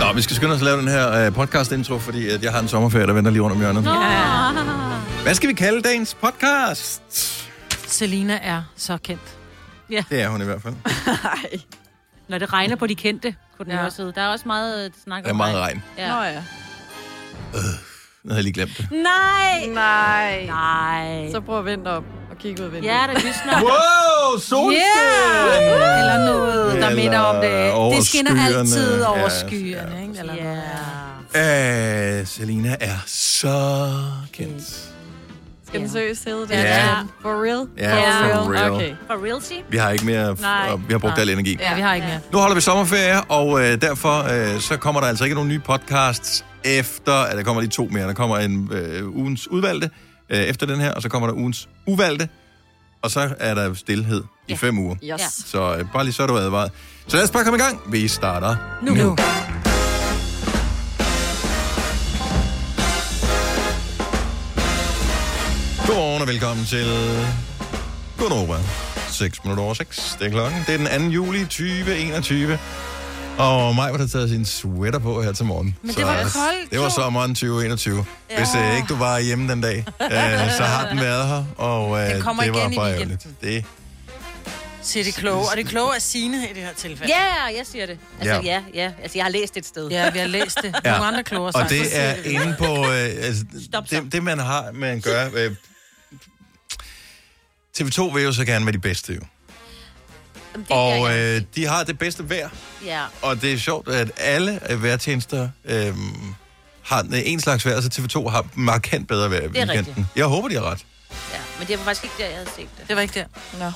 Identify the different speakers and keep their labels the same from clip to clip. Speaker 1: Nå, vi skal skynde os at lave den her øh, podcast-intro, fordi at jeg har en sommerferie, der venter lige rundt om hjørnet. Hvad skal vi kalde dagens podcast?
Speaker 2: Selina er så kendt.
Speaker 1: Det er hun i hvert fald.
Speaker 3: Når det regner på de kendte, kunne den
Speaker 2: Ja.
Speaker 3: ja. også hedde. Der er også meget øh, snak om
Speaker 1: Der er meget regn.
Speaker 3: Ja.
Speaker 4: Nå ja.
Speaker 1: Jeg havde lige glemt det.
Speaker 3: Nej!
Speaker 4: Nej.
Speaker 3: Nej.
Speaker 4: Så prøv at vente op og kigge ud af vinduet.
Speaker 3: Ja, der lysner.
Speaker 1: Wow, solskin!
Speaker 2: Yeah! Eller noget, der
Speaker 1: Eller
Speaker 2: minder om det.
Speaker 1: over
Speaker 2: Det skinner
Speaker 1: skyerne.
Speaker 2: altid over
Speaker 1: Ja,
Speaker 2: skyerne, ikke? Eller
Speaker 3: Ja.
Speaker 2: noget.
Speaker 1: Øh, Selina er så kendt.
Speaker 4: Skal den seriøst hedde det?
Speaker 1: Ja.
Speaker 4: For real?
Speaker 1: Ja, for real.
Speaker 4: Okay.
Speaker 3: For realty?
Speaker 1: Vi har ikke mere,
Speaker 4: Nej.
Speaker 1: og vi har brugt al energi.
Speaker 2: Ja, vi har ikke mere.
Speaker 1: Nu holder vi sommerferie, og øh, derfor øh, så kommer der altså ikke nogen nye podcasts efter, at der kommer lige to mere. Der kommer en øh, ugens udvalgte øh, efter den her, og så kommer der ugens uvalgte, og så er der stillhed i
Speaker 3: Ja.
Speaker 1: fem uger.
Speaker 4: Yes.
Speaker 3: Ja.
Speaker 1: Så øh, bare lige så er du advaret. Så lad os bare komme i gang. Vi starter nu. nu. Godmorgen og velkommen til Gunova. 6 minutter over 6. Det er klokken. Det er den 2. juli 2021. Og mig var der taget sin sweater på her til morgen. Men
Speaker 2: det var koldt,
Speaker 1: Det var
Speaker 2: jo.
Speaker 1: sommeren 2021. Ja. Hvis øh, ikke du var hjemme den dag, øh, så har den været her. Og øh,
Speaker 2: Den kommer
Speaker 1: det var
Speaker 2: igen i
Speaker 1: bare
Speaker 2: weekenden.
Speaker 1: ærgerligt. Det
Speaker 2: Siger det kloge, og det kloge er sine i det her tilfælde.
Speaker 3: Ja, jeg siger det. Altså,
Speaker 1: Ja.
Speaker 3: ja. ja, Altså, jeg har læst et sted.
Speaker 2: Ja, vi har læst det.
Speaker 1: Ja.
Speaker 2: Nogle andre kloge
Speaker 1: Og det er inde på... Øh, altså,
Speaker 3: Stop så.
Speaker 1: det, det, man har, man gør... Øh, TV2 vil jo så gerne være de bedste, jo.
Speaker 3: Jamen, det gør
Speaker 1: Og
Speaker 3: jeg.
Speaker 1: øh, de har det bedste vejr,
Speaker 3: Ja.
Speaker 1: og det er sjovt, at alle øh, vejrtjenester øh, har øh, en slags vejr, så TV2 har markant bedre vejr i
Speaker 3: Det er
Speaker 1: weekenden.
Speaker 3: rigtigt.
Speaker 1: Jeg håber, de har ret.
Speaker 3: ja. Men det var faktisk ikke der, jeg havde set det.
Speaker 2: Det var ikke der.
Speaker 4: Nå,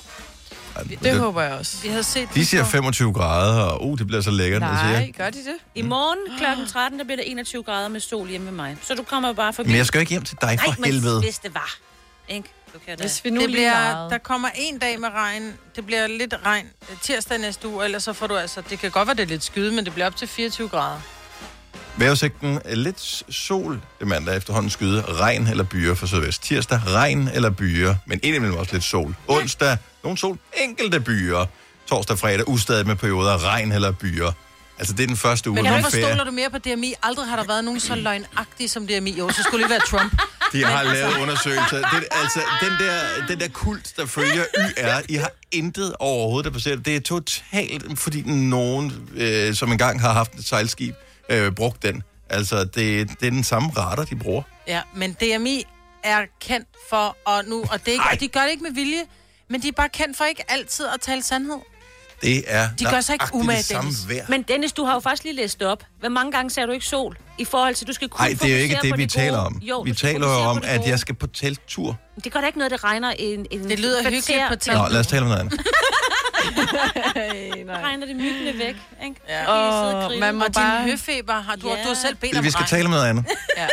Speaker 1: Ej,
Speaker 4: det håber jeg også.
Speaker 2: Vi havde set
Speaker 1: De
Speaker 2: det
Speaker 1: siger
Speaker 2: på-
Speaker 1: 25 grader, og uh, det bliver så lækkert. jeg siger,
Speaker 4: Nej, gør de det?
Speaker 3: I morgen kl. 13, der bliver det 21 grader med sol hjemme ved mig. Så du kommer bare forbi.
Speaker 1: Men jeg skal jo ikke hjem til dig, for
Speaker 3: Ej, men
Speaker 1: helvede.
Speaker 3: hvis det var. Ikke? Du kan da.
Speaker 4: Hvis vi nu
Speaker 2: Det
Speaker 4: lige
Speaker 2: bliver,
Speaker 4: meget.
Speaker 2: der kommer en dag med regn. Det bliver lidt regn øh, tirsdag næste uge, ellers så får du altså... Det kan godt være, det er lidt skyde, men det bliver op til 24 grader.
Speaker 1: Vejrudsigten er lidt sol det mandag efterhånden skyde, regn eller byer for sydvest. Tirsdag regn eller byer, men indimellem også lidt sol. Onsdag nogen sol, enkelte byer. Torsdag fredag ustadig med perioder af regn eller byer. Altså det er den første uge,
Speaker 2: Men
Speaker 1: men
Speaker 2: hvorfor
Speaker 1: ferie. Mm.
Speaker 2: stoler du mere på DMI? Aldrig har der været nogen så løgnagtige som DMI. Jo, så skulle det være Trump.
Speaker 1: De har lavet undersøgelser. Det, er- altså den der, den der kult, der følger YR, I har intet overhovedet, der passerer. Det er totalt, fordi nogen, øh, som engang har haft et sejlskib, øh, brugt den. Altså det, det er den samme radar, de bruger.
Speaker 2: Ja, men DMI er kendt for, og nu, og, det er ikke, og de gør det ikke med vilje, men de er bare kendt for ikke altid at tale sandhed.
Speaker 1: Det er
Speaker 2: De gør sig ikke
Speaker 1: nøjagtigt
Speaker 2: umage,
Speaker 1: det samme
Speaker 2: Dennis.
Speaker 1: vejr.
Speaker 3: Men Dennis, du har jo faktisk lige læst det op. Hvor mange gange ser du ikke sol? I forhold til, du skal kun
Speaker 1: Nej, det er jo ikke
Speaker 3: fokusere
Speaker 1: det,
Speaker 3: på
Speaker 1: vi taler
Speaker 3: gode.
Speaker 1: om.
Speaker 3: Jo,
Speaker 1: vi
Speaker 3: du skal
Speaker 1: taler jo
Speaker 3: fokusere
Speaker 1: om,
Speaker 3: på det
Speaker 1: at
Speaker 3: gode.
Speaker 1: jeg skal på telttur.
Speaker 3: Det gør da ikke noget, det regner en... en
Speaker 2: Det lyder
Speaker 3: et
Speaker 2: hyggeligt
Speaker 3: kvarter.
Speaker 2: på telt.
Speaker 1: Nå, lad os tale om noget andet.
Speaker 4: Ej,
Speaker 3: Så
Speaker 4: nej.
Speaker 3: regner det myggene væk, ikke? Ja.
Speaker 4: Åh, man må
Speaker 2: Og
Speaker 4: bare...
Speaker 2: din høfeber har du,
Speaker 3: Ja.
Speaker 2: du har selv bedt om
Speaker 1: Det, vi skal
Speaker 2: regn.
Speaker 1: tale om noget andet.
Speaker 2: Ja.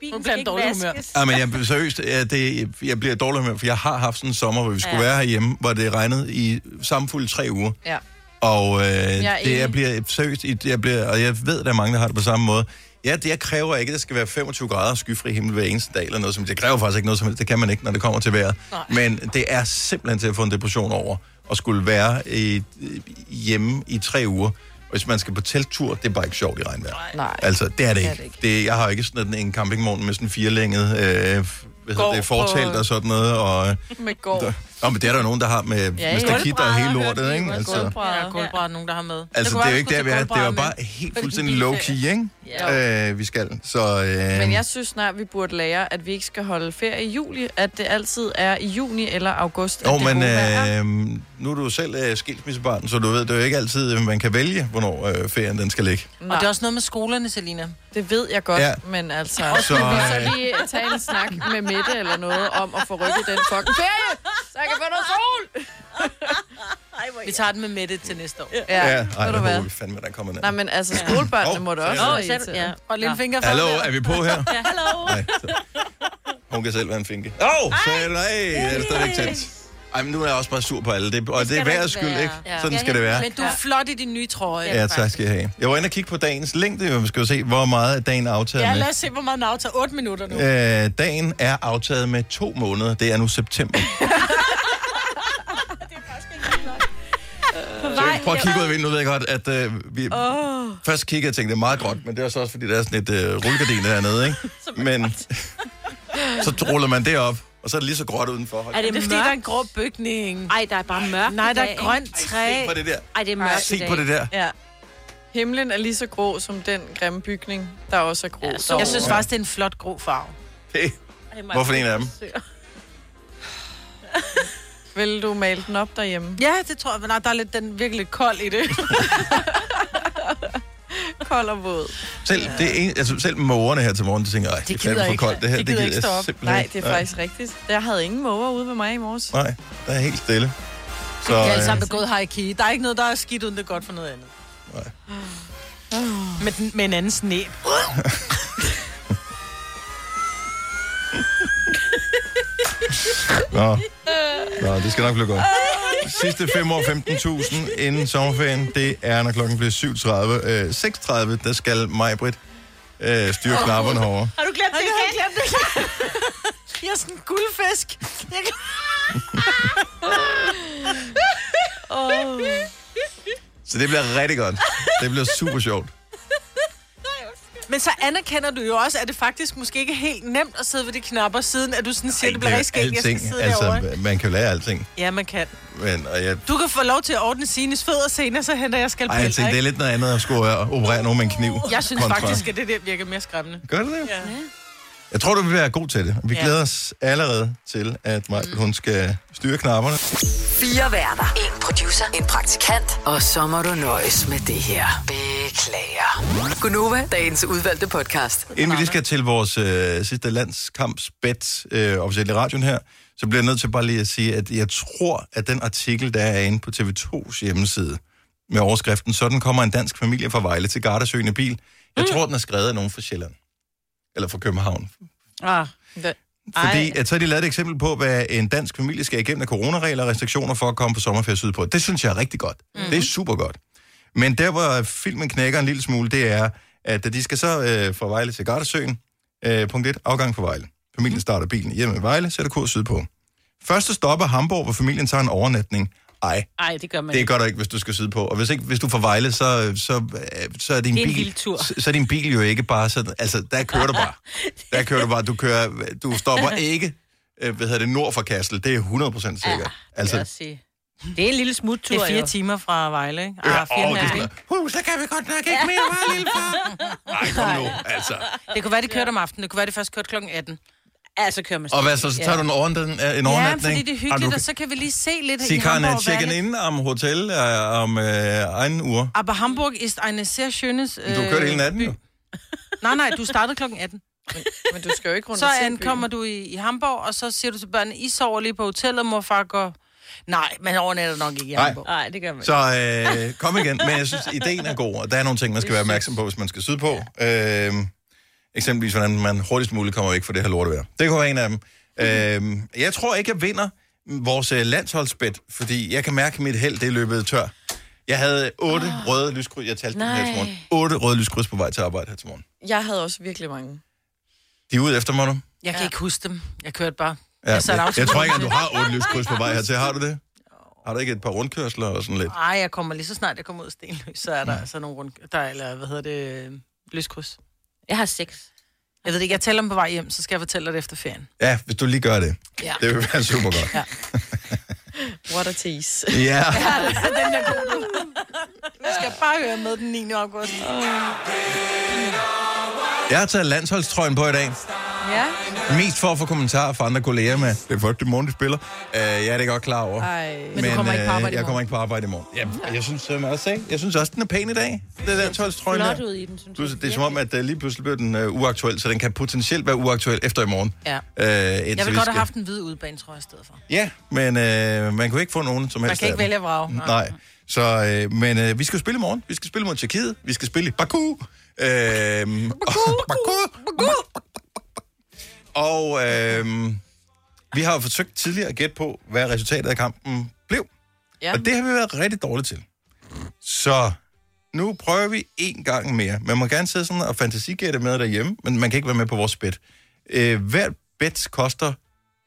Speaker 3: Bilen
Speaker 2: Nu bliver
Speaker 3: skal
Speaker 2: han
Speaker 3: ikke
Speaker 2: dårlig humør.
Speaker 3: vaskes.
Speaker 1: Ej, men jeg, seriøst, ja, det, jeg bliver dårlig med, for jeg har haft sådan en sommer, hvor vi skulle
Speaker 3: Ja.
Speaker 1: være herhjemme, hvor det regnede i samfulde tre uger.
Speaker 4: Ja.
Speaker 1: Og øh,
Speaker 4: er
Speaker 1: det jeg
Speaker 4: enig.
Speaker 1: bliver seriøst, i- jeg bliver, og jeg ved, at der er mange, der har det på samme måde. Ja, det jeg kræver ikke, at det skal være 25 grader og skyfri himmel hver eneste dag eller noget som Det kræver faktisk ikke noget som helst. Det kan man ikke, når det kommer til vejret. Men det er simpelthen til at få en depression over at skulle være i, hjemme i tre uger. Hvis man skal på telttur, det er bare ikke sjovt i regnvejr.
Speaker 4: Nej.
Speaker 1: Altså, det er det ikke. Det, jeg har jo ikke sådan en campingvogn med sådan en firelænget øh, hvad hedder
Speaker 4: Gård
Speaker 1: det, fortelt
Speaker 4: på-
Speaker 1: og sådan noget. Og, øh,
Speaker 4: Med gård.
Speaker 1: der, Nå, men det er der jo nogen, der har med, ja,
Speaker 4: Ja,
Speaker 1: med
Speaker 4: i
Speaker 1: stakit, der er helt
Speaker 3: gulvbrædder,
Speaker 1: lortet,
Speaker 3: hørte vi
Speaker 1: ikke?
Speaker 3: i
Speaker 1: Altså.
Speaker 2: Ja, der
Speaker 4: Gulvbrædder.
Speaker 2: er kulbrædder, nogen, der har med. Det
Speaker 1: Altså,
Speaker 2: kunne
Speaker 1: det er jo
Speaker 2: være,
Speaker 1: ikke
Speaker 2: vi
Speaker 1: der, vi
Speaker 2: skulle
Speaker 1: er.
Speaker 2: til
Speaker 1: Det var
Speaker 2: kulbrædder
Speaker 1: bare helt fuldstændig low-key, ikke? Ja. Øh, vi skal. Så, øh,
Speaker 4: Men jeg synes snart, vi burde lære, at vi ikke skal holde ferie i juli, at det altid er i juni eller august. at
Speaker 1: jo,
Speaker 4: det
Speaker 1: men
Speaker 4: gode vejr er.
Speaker 1: øh, nu er du jo selv øh, skilsmissebarn, så du ved, det er jo ikke altid, øh, man kan vælge, hvornår øh, ferien den skal ligge.
Speaker 2: med. Og det er også noget med skolerne, Selina.
Speaker 4: Det ved jeg godt,
Speaker 1: Ja.
Speaker 4: ja. men altså...
Speaker 1: Så,
Speaker 4: Så vi så
Speaker 1: øh,
Speaker 4: lige tage en snak med Mette eller noget om at få rykket den fucking ferie, så jeg kan få noget sol.
Speaker 2: Vi tager den med Mette til næste år.
Speaker 4: Ja,
Speaker 1: ja,
Speaker 4: ja.
Speaker 1: ej,
Speaker 4: ved
Speaker 1: der
Speaker 4: du hvad?
Speaker 1: håber vi fandme, der kommer ned.
Speaker 4: Nej, men altså, skolebørnene
Speaker 1: Åh,
Speaker 4: må da
Speaker 1: så er
Speaker 4: også
Speaker 1: det.
Speaker 4: være
Speaker 3: Åh, så er det-
Speaker 4: irriterende.
Speaker 3: ja.
Speaker 2: Og lille finger for
Speaker 1: Hallo,
Speaker 2: med.
Speaker 1: er vi på her?
Speaker 3: Ja, hallo.
Speaker 1: Nej. så- Hun kan selv være en finke. Åh, oh, så er det, nej, er det stadigvæk tændt. Ej, men nu er jeg også bare sur på alle. Det, og det,
Speaker 3: skal
Speaker 1: er
Speaker 3: der
Speaker 1: værd
Speaker 3: ikke
Speaker 1: skyld,
Speaker 3: være.
Speaker 1: ikke?
Speaker 3: Ja.
Speaker 1: Sådan
Speaker 3: Ja,
Speaker 1: skal det være.
Speaker 2: Men du er flot i din nye trøje.
Speaker 1: Ja, tak skal jeg have. Jeg var inde og kigge på dagens længde, og vi skal jo se, hvor meget af dagen er aftaget
Speaker 2: Ja,
Speaker 1: med.
Speaker 2: lad os se, hvor meget den aftager. 8 minutter nu.
Speaker 1: Øh, dagen er aftaget med to måneder. Det er nu september.
Speaker 3: på
Speaker 1: Så
Speaker 3: vej.
Speaker 1: prøv at kigge ud af vinduet, ved jeg godt, at øh, vi oh. først kiggede og tænkte, det er meget gråt, men det er så også, fordi der er sådan et øh, rullegardin dernede, ikke? men så ruller man det op, og så er det lige så gråt udenfor. Hold
Speaker 3: Er det,
Speaker 2: Det er fordi, der er en
Speaker 3: mørkt?
Speaker 2: grå bygning.
Speaker 3: Ej, der er bare mørkt.
Speaker 2: Nej,
Speaker 3: i
Speaker 2: der
Speaker 3: dag,
Speaker 2: er
Speaker 3: ikke?
Speaker 2: grønt træ.
Speaker 1: Se på det der.
Speaker 3: Ej, det er mørkt i
Speaker 1: Se
Speaker 3: dag.
Speaker 1: på det der.
Speaker 4: Ja. Himlen er lige så grå som den grimme bygning, der også er grå.
Speaker 3: Ja,
Speaker 4: Ja,
Speaker 3: så-
Speaker 2: Jeg synes faktisk, det er en flot grå farve.
Speaker 1: Det.
Speaker 3: Ej, Maja,
Speaker 1: Hvorfor en af dem?
Speaker 4: Vil du male den op derhjemme?
Speaker 2: Ja, det tror jeg. Men nej, der er lidt, den er virkelig lidt kold i det.
Speaker 4: Kold og våd.
Speaker 1: Selv, det ene, altså, selv mågerne her til morgen, de tænker, Ej, det er
Speaker 2: gider
Speaker 1: fandme for
Speaker 2: ikke.
Speaker 1: koldt det her.
Speaker 4: De gider ikke stå
Speaker 1: jeg
Speaker 4: op.
Speaker 1: simpelthen
Speaker 4: Nej,
Speaker 1: ikke.
Speaker 4: det er faktisk rigtigt. Jeg havde ingen måger ude med mig i morges.
Speaker 1: Nej, der er helt stille. Så,
Speaker 2: De er alle
Speaker 1: øh,
Speaker 2: sammen begået harakiri. Der er ikke noget, der er skidt, uden det er godt for noget andet.
Speaker 1: Nej.
Speaker 2: Med, den- med en anden sne.
Speaker 1: Nå. Nå, det skal nok blive godt. Sidste 5 år 15.000 inden sommerferien, det er, når klokken bliver 7.30. Øh, 6.30, der skal Majbrit øh, styre knapperne herovre.
Speaker 3: Har du glemt det igen?
Speaker 2: Jeg er sådan en guldfisk. Jeg kan...
Speaker 4: Oh.
Speaker 1: Så det bliver rigtig godt. Det bliver super sjovt.
Speaker 2: Men så anerkender du jo også, at det faktisk måske ikke er helt nemt at sidde ved de knapper, siden at du sådan siger, det bliver rigtig skægt, jeg skal sidde altså... derovre.
Speaker 1: altså, man kan jo lære alting.
Speaker 2: Ja, man kan.
Speaker 1: Men, og jeg,
Speaker 2: Du kan få lov til at ordne sine fødder senere, så henter jeg
Speaker 1: ej, jeg
Speaker 2: skalpel.
Speaker 1: tænkte, det er lidt noget andet at skulle øh, operere nogen med en kniv.
Speaker 2: Jeg synes
Speaker 1: kontra-
Speaker 2: faktisk, at det der virker mere skræmmende.
Speaker 1: Gør det det?
Speaker 2: Ja.
Speaker 1: Jeg tror, du vil være god til det. Vi
Speaker 2: Ja.
Speaker 1: glæder os allerede til, at Majbrit, hun skal styre knapperne.
Speaker 5: Fire værter. En producer. En praktikant. Og så må du nøjes med det her. Beklager. Gunova, dagens udvalgte podcast.
Speaker 1: Inden vi lige skal til vores øh, sidste landskampsbet øh, officielt i radioen her, så bliver jeg nødt til bare lige at sige, at jeg tror, at den artikel, der er inde på TV2's hjemmeside, med overskriften, sådan kommer en dansk familie fra Vejle til Gardasøen i bil. Jeg mm. tror, den er skrevet af nogen fra Sjælland. Eller fra København.
Speaker 2: Ah.
Speaker 1: Fordi at så har de lavet et eksempel på, hvad en dansk familie skal igennem af coronaregler og restriktioner for at komme på sommerferie sydpå. Det synes jeg er rigtig godt. Mm. Det er super godt. Men der, hvor filmen knækker en lille smule, det er, at de skal så øh, fra Vejle til Gardasøen. Øh, punkt 1. Afgang fra Vejle. Familien starter bilen hjemme i Vejle, sætter kurs sydpå. Første stop er Hamburg, hvor familien tager en overnatning. Ej,
Speaker 3: Ej, det gør man
Speaker 1: det
Speaker 3: ikke.
Speaker 1: gør du ikke, hvis du skal sidde på. Og hvis, ikke, hvis du får Vejle, så, så, øh, så er din
Speaker 3: Det er en
Speaker 1: bil...
Speaker 3: vild tur.
Speaker 1: Så, så er din bil jo ikke bare sådan... Altså, der kører du bare. Der kører du bare. Du, kører, du stopper ikke, øh, hvad hedder det, nord for Kassel. Det er 100% sikkert.
Speaker 3: Ah,
Speaker 1: altså,
Speaker 3: Lad os sige. Det er en lille smuttur,
Speaker 2: Det er fire
Speaker 3: jo.
Speaker 2: timer fra Vejle, ikke?
Speaker 1: Ja,
Speaker 2: Ah, fire
Speaker 1: åh,
Speaker 2: og en
Speaker 1: det er
Speaker 2: halv,
Speaker 1: sådan
Speaker 2: ikke?
Speaker 1: noget. Huh, så kan vi godt nok ikke mere, hva', lille far? Ej, kom nu, altså.
Speaker 2: Det kunne være, de kørte om aftenen. Det kunne være, de først kørte klokken 18.
Speaker 3: Altså kører man
Speaker 1: Og hvad så, så tager du en overnatning? En
Speaker 2: Ja,
Speaker 1: overnatning?
Speaker 2: fordi det er
Speaker 1: Ej,
Speaker 2: hyggeligt,
Speaker 1: du-
Speaker 2: og så kan vi lige se lidt
Speaker 1: Sig
Speaker 2: i
Speaker 1: Karen, at
Speaker 2: Hamburg. hvad er
Speaker 1: tjekken
Speaker 2: det?
Speaker 1: ind om hotel, øh, om øh, egen uur.
Speaker 2: Aber Hamburg ist eine sehr schönes...
Speaker 1: Du
Speaker 2: øh,
Speaker 1: kørte hele natten, jo.
Speaker 2: Nej, nej, du startede klokken 18.
Speaker 4: Men du skal jo ikke rundt
Speaker 2: Så
Speaker 4: og se
Speaker 2: ankommer
Speaker 4: byen.
Speaker 2: du i, i Hamburg, og så siger du til børnene, I sover lige på hotellet, mor og far går... Nej, man overnatter nok ikke i
Speaker 1: Nej.
Speaker 2: Hamburg.
Speaker 3: Nej, det gør man ikke.
Speaker 1: Så øh, kom igen. Men jeg synes, ideen er god, og der er nogle ting, man skal være opmærksom på, hvis man skal sydpå. Øh, eksempelvis, hvordan man hurtigst muligt kommer væk fra det her lortevejr. Det kunne være en af dem. Øh, jeg tror ikke, jeg vinder vores øh, landsholdsbet, fordi jeg kan mærke, at mit held det er løbet tør. Jeg havde otte oh. røde lyskryds. Jeg talte dem her til
Speaker 3: Ah. Nej.
Speaker 1: morgen. Otte røde lyskryds på vej til arbejde her til morgen.
Speaker 4: Jeg havde også virkelig mange.
Speaker 1: De er ude efter mig nu.
Speaker 2: Jeg kan ikke huske dem. Jeg kørte bare.
Speaker 1: Ja,
Speaker 3: Altså,
Speaker 1: jeg,
Speaker 2: satte
Speaker 1: jeg,
Speaker 2: afstand
Speaker 1: jeg tror
Speaker 2: på
Speaker 1: ikke, at
Speaker 2: det.
Speaker 1: du har otte lyskryds på vej hertil. Har du det? Har du ikke et par rundkørsler og sådan lidt?
Speaker 2: Ej, jeg kommer lige så snart jeg kommer ud af Stenløs, så er der altså nogle rundt... Der, er- eller hvad hedder det? øh, Lyskryds.
Speaker 3: Jeg har seks.
Speaker 2: Jeg ved det ikke, jeg tæller dem på vej hjem, så skal jeg fortælle dig det efter ferien.
Speaker 1: Ja, hvis du lige gør det.
Speaker 2: Ja.
Speaker 1: Det vil være super godt.
Speaker 4: What a tease.
Speaker 1: Ja. Yeah.
Speaker 2: Jeg skal bare høre med den 9. august.
Speaker 1: Jeg har taget landsholdstrøjen på i dag.
Speaker 4: Ja.
Speaker 1: Mest for at få kommentarer fra andre kolleger med. Det er folk, det morgen, de spiller. Uh, jeg er det godt klar over. øh,
Speaker 4: Ej.
Speaker 2: Men du kommer ikke på arbejde i
Speaker 1: jeg
Speaker 2: morgen.
Speaker 1: kommer ikke på arbejde i morgen. Ja, jeg synes, det er også, ikke? Jeg synes også, den er pæn i dag. Det er landsholdstrøjen
Speaker 3: Flot
Speaker 1: der.
Speaker 3: ud i den, synes
Speaker 1: Plus, det er som om, at uh, lige pludselig bliver den uh, uaktuel, så den kan potentielt være uaktuel efter i morgen.
Speaker 2: Ja.
Speaker 1: Uh,
Speaker 2: Jeg vil godt have haft en hvid udbane, tror jeg, i stedet for.
Speaker 1: Ja, men øh, man kunne ikke få nogen som helst
Speaker 2: Man kan ikke
Speaker 1: af dem. Mm.
Speaker 2: vælge at vrage. Nej.
Speaker 1: Nej. Så, øh, men øh, vi skal jo spille i morgen. Vi skal spille mod Tjekkiet. Vi skal spille i Baku. Øh, Baku, Baku, Baku. Og øh, vi har jo forsøgt tidligere at gætte på, hvad resultatet af kampen blev.
Speaker 4: Ja.
Speaker 1: Og det har vi været rigtig dårlige til. Så nu prøver vi en gang mere. Man må gerne sidde sådan og fantasigætte med derhjemme, men man kan ikke være med på vores bet. Øh, hvert bet koster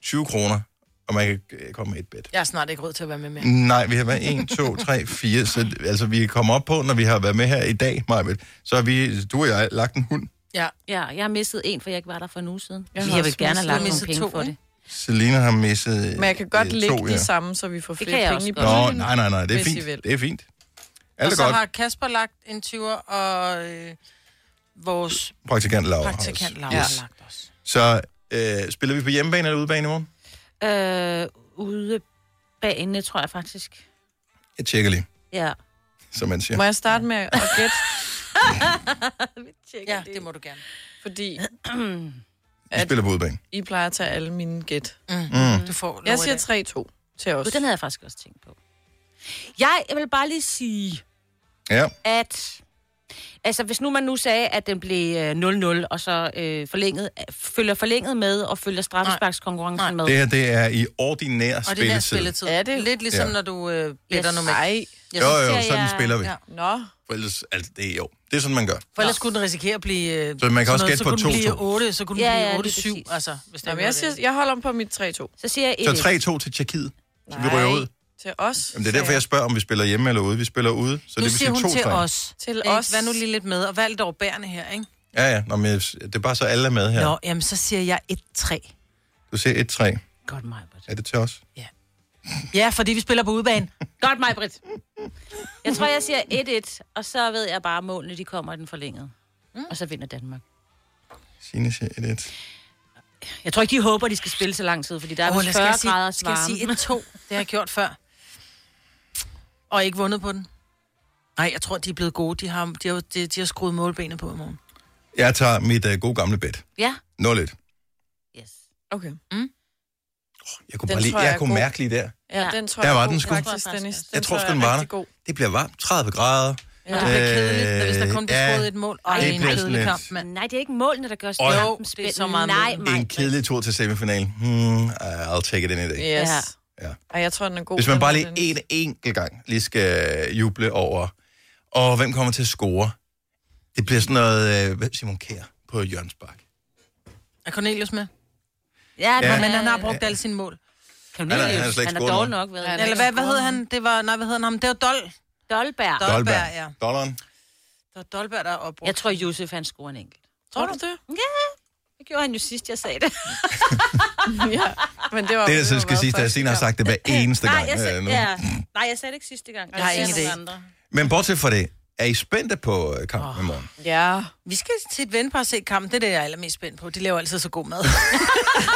Speaker 1: 20 kroner, og man kan øh, komme med et bed.
Speaker 2: Jeg har snart ikke råd til at være med mere.
Speaker 1: Nej, vi har været 1, 2, 3, 4, så altså, vi er kommet op på, når vi har været med her i dag, Majbet, så har vi, du og jeg, lagt en hund.
Speaker 2: Ja.
Speaker 3: ja, jeg har mistet en, for jeg ikke var der for en uge siden.
Speaker 4: Jeg
Speaker 3: Jeg,
Speaker 4: har
Speaker 3: jeg
Speaker 4: også
Speaker 3: vil gerne have
Speaker 4: mistet-
Speaker 3: lagt
Speaker 2: mistet
Speaker 3: nogle penge
Speaker 2: to,
Speaker 3: for
Speaker 2: ikke?
Speaker 3: det.
Speaker 1: Selina har misset
Speaker 4: Men jeg kan godt
Speaker 1: øh,
Speaker 4: lægge
Speaker 1: to,
Speaker 4: de samme, så vi får flere
Speaker 3: kan jeg
Speaker 4: penge i
Speaker 3: også
Speaker 1: Nå,
Speaker 4: puljen.
Speaker 1: nej, nej, nej, det er
Speaker 4: hvis I
Speaker 1: fint.
Speaker 4: vil.
Speaker 1: Det er fint.
Speaker 2: Og
Speaker 1: Alt
Speaker 2: så
Speaker 1: er godt.
Speaker 2: har Kasper lagt en 20'er, og øh, vores
Speaker 1: Praktikant Laura. har
Speaker 2: praktikant
Speaker 1: også.
Speaker 2: Laura
Speaker 1: Yes.
Speaker 2: har lagt os.
Speaker 1: Så øh, spiller vi på hjemmebane eller udebane i morgen?
Speaker 3: Øh, ude bagende, tror jeg faktisk.
Speaker 1: Jeg tjekker lige,
Speaker 3: Ja.
Speaker 1: som man siger.
Speaker 4: Må jeg starte med at gætte?
Speaker 2: Ja, det må du gerne.
Speaker 4: Fordi
Speaker 1: Vi spiller på udebane.
Speaker 4: I plejer at tage alle mine gæt.
Speaker 2: Mm.
Speaker 1: Mm.
Speaker 2: Du får lov
Speaker 4: Jeg
Speaker 2: i
Speaker 4: siger
Speaker 2: dag.
Speaker 4: 3-2 til os.
Speaker 3: Gud, den havde jeg faktisk også tænkt på. Jeg, jeg vil bare lige sige,
Speaker 1: Ja,
Speaker 3: at... Altså, hvis nu man nu sagde, at den blev øh, 0-0, og så øh, forlænget, følger forlænget med, og følger straffesparkskonkurrencen med.
Speaker 1: det her, det er i ordinær
Speaker 2: Og det er
Speaker 1: spilletid.
Speaker 2: spilletid.
Speaker 4: Er det?
Speaker 2: Lidt ligesom,
Speaker 1: Ja.
Speaker 2: når du øh, blætter
Speaker 3: Yes.
Speaker 2: normalt.
Speaker 4: Nej.
Speaker 2: Jeg
Speaker 1: Jo,
Speaker 2: synes,
Speaker 1: jo,
Speaker 3: siger
Speaker 1: sådan
Speaker 3: jeg-
Speaker 1: spiller vi.
Speaker 2: Ja.
Speaker 4: Nå.
Speaker 1: For ellers, altså, det er jo. Det er sådan, man gør.
Speaker 2: For ellers skulle den risikere at blive... øh,
Speaker 1: Så man kan
Speaker 2: sådan
Speaker 1: også
Speaker 2: noget,
Speaker 1: gætte
Speaker 2: så
Speaker 1: på
Speaker 2: kunne den
Speaker 1: 2-2.
Speaker 2: blive 8, så kunne den
Speaker 3: Ja,
Speaker 2: blive
Speaker 3: ja, lige
Speaker 2: 8, 7,
Speaker 3: præcis.
Speaker 2: altså, hvis der
Speaker 4: Jamen,
Speaker 2: er
Speaker 4: jeg,
Speaker 2: noget
Speaker 4: siger,
Speaker 2: af det.
Speaker 4: jeg holder om på mit 3-2.
Speaker 3: Så siger jeg
Speaker 1: Så
Speaker 3: 1
Speaker 1: 3-2 til Tjekkiet. Så vi rører ud.
Speaker 4: Til os.
Speaker 1: Jamen, det er derfor, jeg spørger, om vi spiller hjemme eller ude. Vi spiller ude, så
Speaker 2: Nu
Speaker 1: det vil
Speaker 2: siger
Speaker 1: sige
Speaker 2: hun til
Speaker 1: 2-3.
Speaker 2: os.
Speaker 4: Til
Speaker 2: Ikke?
Speaker 4: os.
Speaker 2: Vær nu lige lidt med, og vær lidt overbærende her, ikke?
Speaker 1: Ja, ja. Nå, men jeg- det er bare så alle er med her.
Speaker 2: Nå, jamen, så siger jeg 1-3.
Speaker 1: Du ser 1-3.
Speaker 3: Godt mig, Britt.
Speaker 1: Er det til os?
Speaker 2: Ja, fordi vi spiller på udebane.
Speaker 3: Godt mig, Britt. Jeg tror, jeg siger 1-1, og så ved jeg bare, at målene de kommer i den forlængede. Mm. Og så vinder Danmark.
Speaker 1: Signe siger 1-1.
Speaker 3: Jeg tror ikke, de håber, de skal spille så lang tid, fordi der er
Speaker 2: Åh,
Speaker 3: oh, 40
Speaker 2: lad- skal jeg sige-
Speaker 3: graders
Speaker 2: Skal jeg
Speaker 3: varme.
Speaker 2: sige 1-2? Det har jeg gjort før. Og ikke vundet på den. Nej, jeg tror, de er blevet gode. De har, de har, de, de har skruet målbenet på i morgen.
Speaker 1: Jeg tager mit uh, gode gamle bet.
Speaker 3: Ja.
Speaker 1: 0-1.
Speaker 3: Yes.
Speaker 4: Okay.
Speaker 2: Mm.
Speaker 1: Jeg kunne,
Speaker 4: Den
Speaker 1: bare lige,
Speaker 4: tror
Speaker 1: jeg,
Speaker 4: jeg er
Speaker 1: kunne
Speaker 4: god.
Speaker 1: mærke lige der.
Speaker 4: Ja,
Speaker 3: Ja.
Speaker 4: den tror
Speaker 1: Der
Speaker 4: jeg
Speaker 1: var
Speaker 4: er
Speaker 1: den
Speaker 4: god
Speaker 1: sgu.
Speaker 4: faktisk,
Speaker 3: Jeg tror
Speaker 4: Dennis. Den
Speaker 1: Jeg tror,
Speaker 4: tror
Speaker 1: sgu, den
Speaker 4: er
Speaker 1: var der.
Speaker 4: rigtig god.
Speaker 1: Det bliver varmt. 30 grader.
Speaker 2: Ja. Det bliver kedeligt, hvis der kun bliver
Speaker 1: Øh, ja.
Speaker 2: skruet et mål. Ej,
Speaker 1: Det
Speaker 2: det er en
Speaker 1: bliver sådan
Speaker 2: kedelig
Speaker 1: lidt-
Speaker 2: kamp, mand.
Speaker 3: Nej, det er ikke målene, der gør
Speaker 1: Åh,
Speaker 3: spil.
Speaker 1: ja.
Speaker 2: Jo, det er så meget
Speaker 3: Nej,
Speaker 2: mål.
Speaker 1: En
Speaker 3: mig,
Speaker 1: kedelig tur til semifinalen. Hmm, I'll take it in i dag.
Speaker 4: Yes.
Speaker 3: Ja.
Speaker 1: Ja.
Speaker 4: Ej, jeg tror, den er god.
Speaker 1: Hvis man
Speaker 4: den
Speaker 1: bare
Speaker 4: her,
Speaker 1: lige
Speaker 4: Dennis.
Speaker 1: en enkelt gang lige skal øh, juble over, og hvem kommer til at score? Det bliver sådan noget, øh, hvem Simon Kjær på Jørgensbak.
Speaker 2: Er Cornelius med?
Speaker 3: Ja,
Speaker 1: Ja.
Speaker 2: Men han har brugt alle sine mål.
Speaker 3: Kan
Speaker 1: Han er- han er slet ikke
Speaker 3: han er
Speaker 1: scoret
Speaker 3: dårlig
Speaker 1: noget.
Speaker 3: nok, ved
Speaker 4: Han er
Speaker 2: Eller hvad, hvad hedder han? Det var, nej, hvad hedder han? Det var Dol.
Speaker 3: Dolberg.
Speaker 2: Dol- Dolberg, ja.
Speaker 1: Dollaren.
Speaker 2: Det var Dolberg, der er opbrugt.
Speaker 3: Jeg tror, Josef han scorer en enkelt.
Speaker 4: Tror du det?
Speaker 3: Det gjorde han jo sidst, jeg sagde det.
Speaker 4: ja. Men det var...
Speaker 1: Det, der så
Speaker 4: var
Speaker 1: skal
Speaker 4: meget
Speaker 1: sige, at
Speaker 4: første
Speaker 1: Stine har
Speaker 4: kamp.
Speaker 1: sagt det hver eneste
Speaker 3: Nej,
Speaker 1: gang.
Speaker 3: jeg
Speaker 1: øh,
Speaker 3: sagde,
Speaker 1: nu.
Speaker 3: ja. Nej, jeg sagde det ikke sidste gang. Jeg
Speaker 2: har ingen idé.
Speaker 1: Men bortset fra det, er I spændte på øh, kampen i morgen?
Speaker 4: Ja.
Speaker 2: Vi skal til et venpar og se kampen. Det er det, jeg er allermest spændt på. De laver altid så god mad.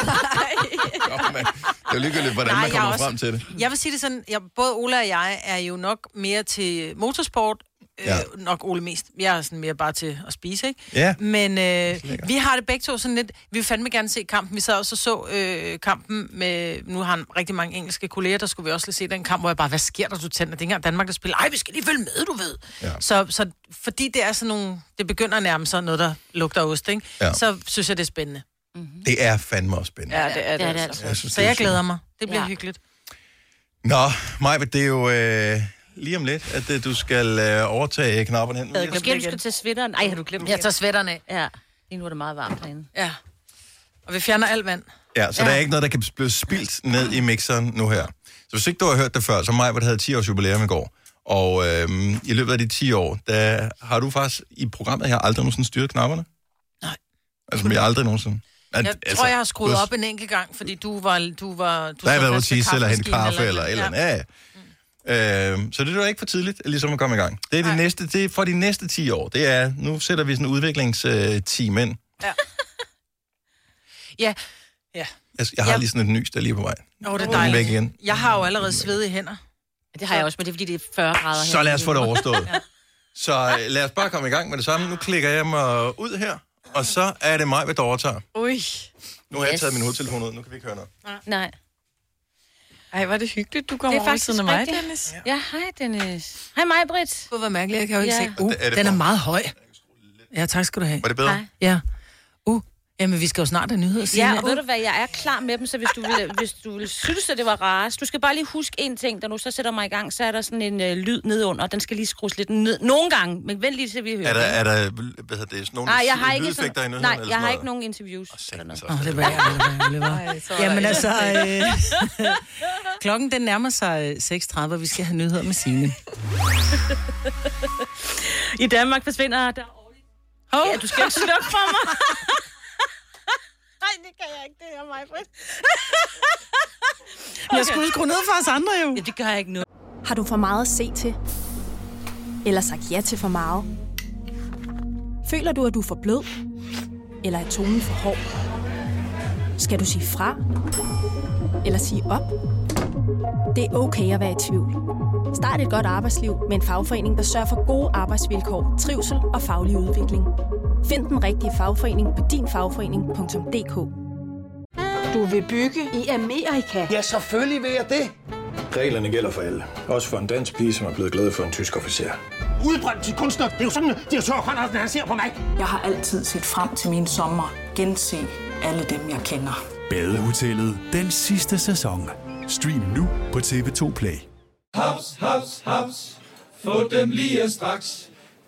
Speaker 1: Nå, men, det er ligegyldigt, hvordan
Speaker 2: Nej,
Speaker 1: man
Speaker 2: jeg
Speaker 1: kommer
Speaker 2: også-
Speaker 1: frem til det.
Speaker 2: jeg vil sige det sådan, jeg, både Ola og jeg er jo nok mere til motorsport. Øh,
Speaker 1: Ja.
Speaker 2: Nok Ole mest. Jeg er sådan mere bare til at spise, ikke?
Speaker 1: Ja.
Speaker 2: Men øh, vi har det begge to sådan lidt... Vi vil fandme gerne se kampen. Vi sad også og så øh, kampen med... Nu har han rigtig mange engelske kolleger, der skulle vi også lige se den kamp, hvor jeg bare, hvad sker der, du tænder? Det er ikke engang Danmark, der spiller. Ej, vi skal lige følge med, du ved.
Speaker 1: Ja.
Speaker 2: Så, så fordi det er sådan nogle... Det begynder nærmest sådan noget, der lugter af ost, ikke?
Speaker 1: Ja.
Speaker 2: Så synes jeg, det er spændende.
Speaker 1: Det er fandme også spændende.
Speaker 4: Ja, det er det,
Speaker 3: det er det
Speaker 4: altså.
Speaker 3: altså.
Speaker 1: Jeg synes,
Speaker 2: Så
Speaker 1: det er
Speaker 2: jeg
Speaker 1: sjovt.
Speaker 2: glæder mig. Det bliver
Speaker 3: Ja.
Speaker 2: hyggeligt.
Speaker 1: Nå, Maja, det er jo øh, lige om lidt, at øh, du skal øh, overtage knapperne hen.
Speaker 3: Jeg Måske du skal tage svitteren. Ej, har du glemt
Speaker 2: Jeg tager svætterne af.
Speaker 3: Ja, lige nu er det meget varmt herinde.
Speaker 2: Ja. Og vi fjerner alt vand.
Speaker 1: Ja, så ja. der er ikke noget, der kan blive spildt ned i mixeren nu her. Så hvis ikke du har hørt det før, så mig, hvor havde 10 års jubilæum i går. Og øhm, i løbet af de 10 år, der har du faktisk i programmet her aldrig nogensinde styret knapperne?
Speaker 2: Nej.
Speaker 1: Altså, jeg aldrig nogensinde. At, altså,
Speaker 2: Jeg tror, jeg har skruet
Speaker 1: du
Speaker 2: op en enkelt gang, fordi du var... Du var du
Speaker 1: Der har
Speaker 2: så
Speaker 1: jeg været ude
Speaker 2: fast
Speaker 1: at
Speaker 2: ved
Speaker 1: tisse eller hente kaffe
Speaker 2: kaffemaskinen
Speaker 1: eller et eller andet. Ja. Ja. Øhm, så det er jo ikke for tidligt, ligesom at komme i gang. Det er, de næste, det er for de næste 10 år. Det er, nu sætter vi sådan en udviklingsteam ind.
Speaker 2: Ja. Ja.
Speaker 1: Jeg, jeg har
Speaker 2: Ja.
Speaker 1: lige sådan et nys, der er lige på vej.
Speaker 2: Åh, oh, det er
Speaker 1: Nu er den væk
Speaker 2: dejligt.
Speaker 1: igen.
Speaker 2: Jeg har jo allerede svedige hænder.
Speaker 3: Det har jeg også, men det er fordi, det er 40 grader
Speaker 1: Så lad os få det overstået. Så øh, lad os bare komme i gang med det samme. Nu klikker jeg mig ud her, og så er det mig, hvad der overtager.
Speaker 4: Ui.
Speaker 1: Nu har jeg
Speaker 3: Yes.
Speaker 1: taget min hovedtelefon ud, nu kan vi ikke høre noget.
Speaker 3: Nej.
Speaker 4: Ej, var det hyggeligt, du kommer
Speaker 3: Det er
Speaker 4: over ved
Speaker 3: faktisk
Speaker 4: siden af mig,
Speaker 3: rigtigt.
Speaker 4: Dennis.
Speaker 3: Ja, hej Dennis. Hej mig, Britt.
Speaker 2: Det var mærkeligt, jeg kan jo ikke
Speaker 3: Ja.
Speaker 2: se. Uh,
Speaker 1: Er det
Speaker 2: den er
Speaker 1: for-
Speaker 2: meget høj. Ja, tak skal du have.
Speaker 1: Var det bedre?
Speaker 3: Hej.
Speaker 2: Ja. Uh, Jamen, vi skal jo snart have nyheder.
Speaker 3: Ja,
Speaker 2: Signe.
Speaker 3: og ved du hvad, jeg er klar med dem, så hvis du, vil, hvis du vil synes, at det var rarest. Du skal bare lige huske en ting, der nu så sætter mig i gang, så er der sådan en øh, lyd nedenunder. Den skal lige skrues lidt ned. Nogle gange, men vent lige til vi hører.
Speaker 1: Er der,
Speaker 3: den.
Speaker 1: er der hvad hedder det, sådan nogle
Speaker 3: Nej, jeg har ikke,
Speaker 1: lydeffekter i
Speaker 3: sådan,
Speaker 1: nyhederne?
Speaker 3: nej,
Speaker 1: eller
Speaker 3: jeg
Speaker 1: sådan
Speaker 3: har
Speaker 1: noget?
Speaker 3: ikke nogen interviews. eller noget.
Speaker 2: Åh, det var jeg, det var jeg, det var jeg. Jamen altså, øh, klokken den nærmer sig øh, 6.30, og vi skal have nyheder med Signe.
Speaker 3: I Danmark forsvinder der årligt...
Speaker 2: Hov.
Speaker 3: Ja, du skal ikke slukke for mig.
Speaker 2: Nej, det kan jeg ikke. Det er mig, Britt. Jeg skulle skrue ned for os andre jo.
Speaker 3: Ja, det gør jeg ikke noget.
Speaker 6: Har du for meget at se til? Eller sagt ja til for meget? Føler du, at du er for blød? Eller er tonen for hård? Skal du sige fra? Eller sige op? Det er okay at være i tvivl. Start et godt arbejdsliv med en fagforening, der sørger for gode arbejdsvilkår, trivsel og faglig udvikling. Find den rigtige fagforening på dinfagforening.dk
Speaker 7: Du vil bygge i Amerika?
Speaker 8: Ja, selvfølgelig vil jeg det.
Speaker 9: Reglerne gælder for alle. Også for en dansk pige, som er blevet glad for en tysk officer.
Speaker 8: Udbrændt til kunstner. Det er jo sådan, at de har tørt, han ser på mig.
Speaker 10: Jeg har altid set frem til min sommer, gense alle dem, jeg kender.
Speaker 11: Badehotellet den sidste sæson. Stream nu på TV2 Play.
Speaker 12: Haps, haps, haps. Få dem lige straks.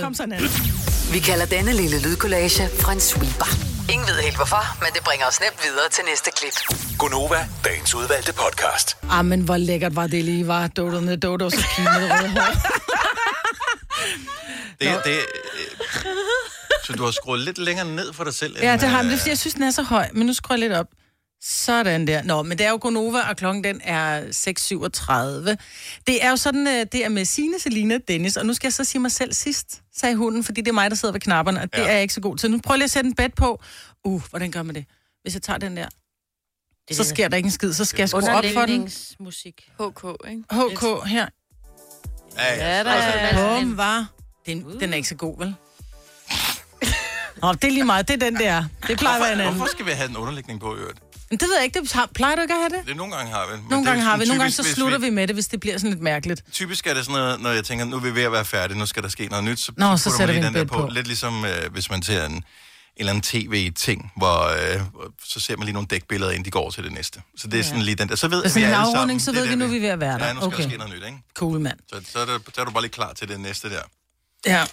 Speaker 2: Kom sådan
Speaker 5: Vi kalder denne lille lydkollage en sweeper. Ingen ved helt hvorfor, men det bringer os nemt videre til næste klip.
Speaker 11: Gonova, dagens udvalgte podcast.
Speaker 2: Ah, men hvor lækkert var det lige, var Dodo'ne Dodo's og pigen med det røde hår.
Speaker 1: Det, det, øh, så du har skruet lidt længere ned for dig selv?
Speaker 2: Ja,
Speaker 1: end,
Speaker 2: det har
Speaker 1: øh,
Speaker 2: den. Det er, fordi jeg synes, den er så høj. Men nu skruer jeg lidt op. Sådan der. Nå, men det er jo Gonova, og klokken den er 6.37. Det er jo sådan, øh, det er med Signe, Selina Dennis, og nu skal jeg så sige mig selv sidst, sagde hunden, fordi det er mig, der sidder ved knapperne, og det ja. er jeg ikke så god til. Nu prøver jeg lige at sætte en bet på. Uh, hvordan gør man det? Hvis jeg tager den der,
Speaker 3: Det
Speaker 2: så
Speaker 3: er det.
Speaker 2: sker der ikke en skid, så skal jeg skrue op for den.
Speaker 3: Musik.
Speaker 4: HK, ikke?
Speaker 2: HK her.
Speaker 1: Ja,
Speaker 4: der er
Speaker 2: Bum, var. Den, den er ikke så god, vel? Nå, det er lige meget. Det er den der. Det plejer at være en
Speaker 1: hvorfor,
Speaker 2: anden.
Speaker 1: hvorfor skal vi have en underlægning på øret?
Speaker 2: Men det ved jeg ikke. Det har- plejer du ikke at have det?
Speaker 1: Det nogle gange har vi. men
Speaker 2: Nogle
Speaker 1: det er
Speaker 2: gange har vi.
Speaker 1: sådan
Speaker 2: Nogle gange
Speaker 1: typisk,
Speaker 2: så
Speaker 1: hvis
Speaker 2: slutter vi med det, hvis det bliver sådan lidt mærkeligt.
Speaker 1: Typisk er det sådan noget, når jeg tænker, nu er vi ved at være færdige, nu skal der ske noget nyt, så,
Speaker 2: Nå, så
Speaker 1: putter
Speaker 2: sætter vi
Speaker 1: man lige
Speaker 2: en
Speaker 1: den der
Speaker 2: bid på.
Speaker 1: Lidt ligesom øh, hvis man ser en, en eller anden tv-ting, hvor øh, hvor- så ser man lige nogle dækbilleder, inden de går til det næste. Så det er sådan lige den der. Så ved
Speaker 2: Det er sådan
Speaker 1: vi
Speaker 2: Altså, en
Speaker 1: alle sammen,
Speaker 2: afrunding, så
Speaker 1: det er
Speaker 2: ved vi nu,
Speaker 1: der,
Speaker 2: vi er ved at være der.
Speaker 1: Ja, nu skal
Speaker 2: Okay.
Speaker 1: der ske noget nyt, ikke?
Speaker 2: Cool, mand.
Speaker 1: Så, så, er der, så er du bare lige klar til det næste der.
Speaker 2: Ja.
Speaker 1: Ja.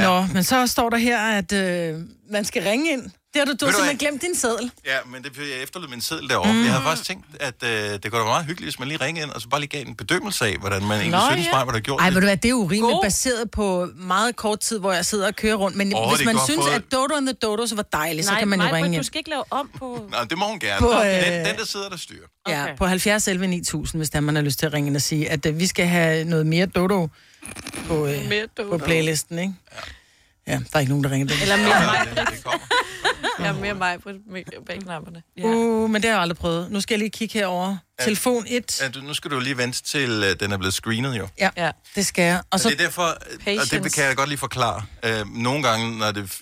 Speaker 2: ja. Nå, men så står der her, at øh, man skal ringe ind. Det har du, du
Speaker 1: Ved
Speaker 2: har
Speaker 1: du
Speaker 2: simpelthen glemt din seddel.
Speaker 1: Ja, men det er fordi, jeg efterlod min seddel derovre. Mm. Jeg
Speaker 2: Mhm.
Speaker 1: havde faktisk tænkt, at øh, det kunne da være meget hyggeligt, hvis man lige ringede ind, og så bare lige gav en bedømmelse af, hvordan man egentlig synes, mig, hvad der gjort.
Speaker 2: Ej,
Speaker 1: lidt.
Speaker 2: ved du hvad, det er urimeligt baseret på meget kort tid, hvor jeg sidder og kører rundt. Men
Speaker 1: Åh,
Speaker 2: oh,
Speaker 1: det
Speaker 2: hvis
Speaker 1: er
Speaker 2: man
Speaker 1: godt
Speaker 2: synes,
Speaker 1: fået.
Speaker 2: at Dodo and the Dodos var dejlig, så
Speaker 3: Nej,
Speaker 2: kan man jo
Speaker 3: Maj-Brit,
Speaker 2: ringe
Speaker 3: du
Speaker 2: ind.
Speaker 3: skal ikke lave om på...
Speaker 1: Nå, det må hun gerne.
Speaker 2: På,
Speaker 1: På,
Speaker 2: øh,
Speaker 1: den, den, der sidder, der styrer.
Speaker 2: Ja, på 70 11 9000, hvis der man har lyst til at ringe ind og sige, at øh, vi skal have noget mere Dodo på, øh,
Speaker 4: Mere
Speaker 2: på
Speaker 4: Dodo.
Speaker 2: playlisten, ikke? Ja, der er ikke nogen, der ringer det.
Speaker 4: Eller mere mig. ja, mere mig på bag knapperne.
Speaker 2: Ja. Uh, men det har jeg aldrig prøvet. Nu skal jeg lige kigge herover. Telefon 1.
Speaker 1: Ja, du, nu skal du lige vente til, øh, den er blevet screenet jo.
Speaker 2: Ja, ja. det skal jeg.
Speaker 1: Og
Speaker 2: Og
Speaker 1: så,
Speaker 2: så
Speaker 1: det er derfor, øh, og det
Speaker 2: Patience.
Speaker 1: kan jeg godt lige forklare. Øh, nogle gange, når det,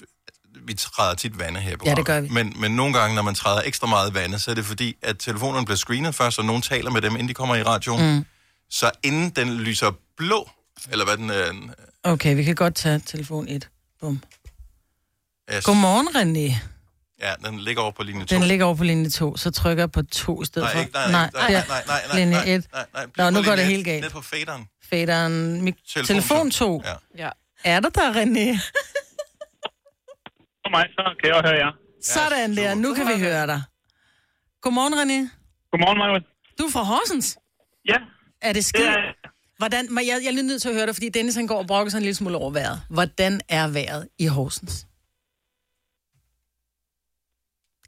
Speaker 1: vi træder tit vande her på
Speaker 2: Ja, det gør vi.
Speaker 1: Men, men nogle gange, når man træder ekstra meget vande, så er det fordi, at telefonerne bliver screenet først, og nogen taler med dem, inden de kommer i radioen. Mm. Så inden den lyser blå, eller hvad den øh, er...
Speaker 2: Okay, vi kan godt tage telefon 1. Bum. Godmorgen, René.
Speaker 1: Ja, den ligger over på linje 2.
Speaker 2: Den ligger over på linje 2, så trykker jeg på 2 i stedet
Speaker 1: nej,
Speaker 2: for.
Speaker 1: ikke, nej, nej, nej, nej,
Speaker 2: der.
Speaker 1: nej, nej, nej, nej,
Speaker 2: linje
Speaker 1: nej,
Speaker 2: 1.
Speaker 1: nej, nej, bliv
Speaker 2: Nå,
Speaker 1: på
Speaker 2: nu går
Speaker 1: linje
Speaker 2: det
Speaker 1: et,
Speaker 2: helt galt.
Speaker 1: Ned på faderen.
Speaker 2: Faderen, mik-
Speaker 1: Telefon
Speaker 2: telefon 2.
Speaker 1: Ja.
Speaker 4: Ja.
Speaker 2: Er der der, René?
Speaker 13: For mig, så kan jeg også høre jer.
Speaker 2: Sådan der, nu kan vi høre dig. Godmorgen, René.
Speaker 13: Godmorgen, Maja.
Speaker 2: Du er fra Horsens?
Speaker 13: Ja.
Speaker 2: Er det skidt? Hvordan, men jeg, jeg er lige nødt til at høre dig, fordi Dennis han går og brokker sig en lille smule over vejret. Hvordan er vejret i Horsens?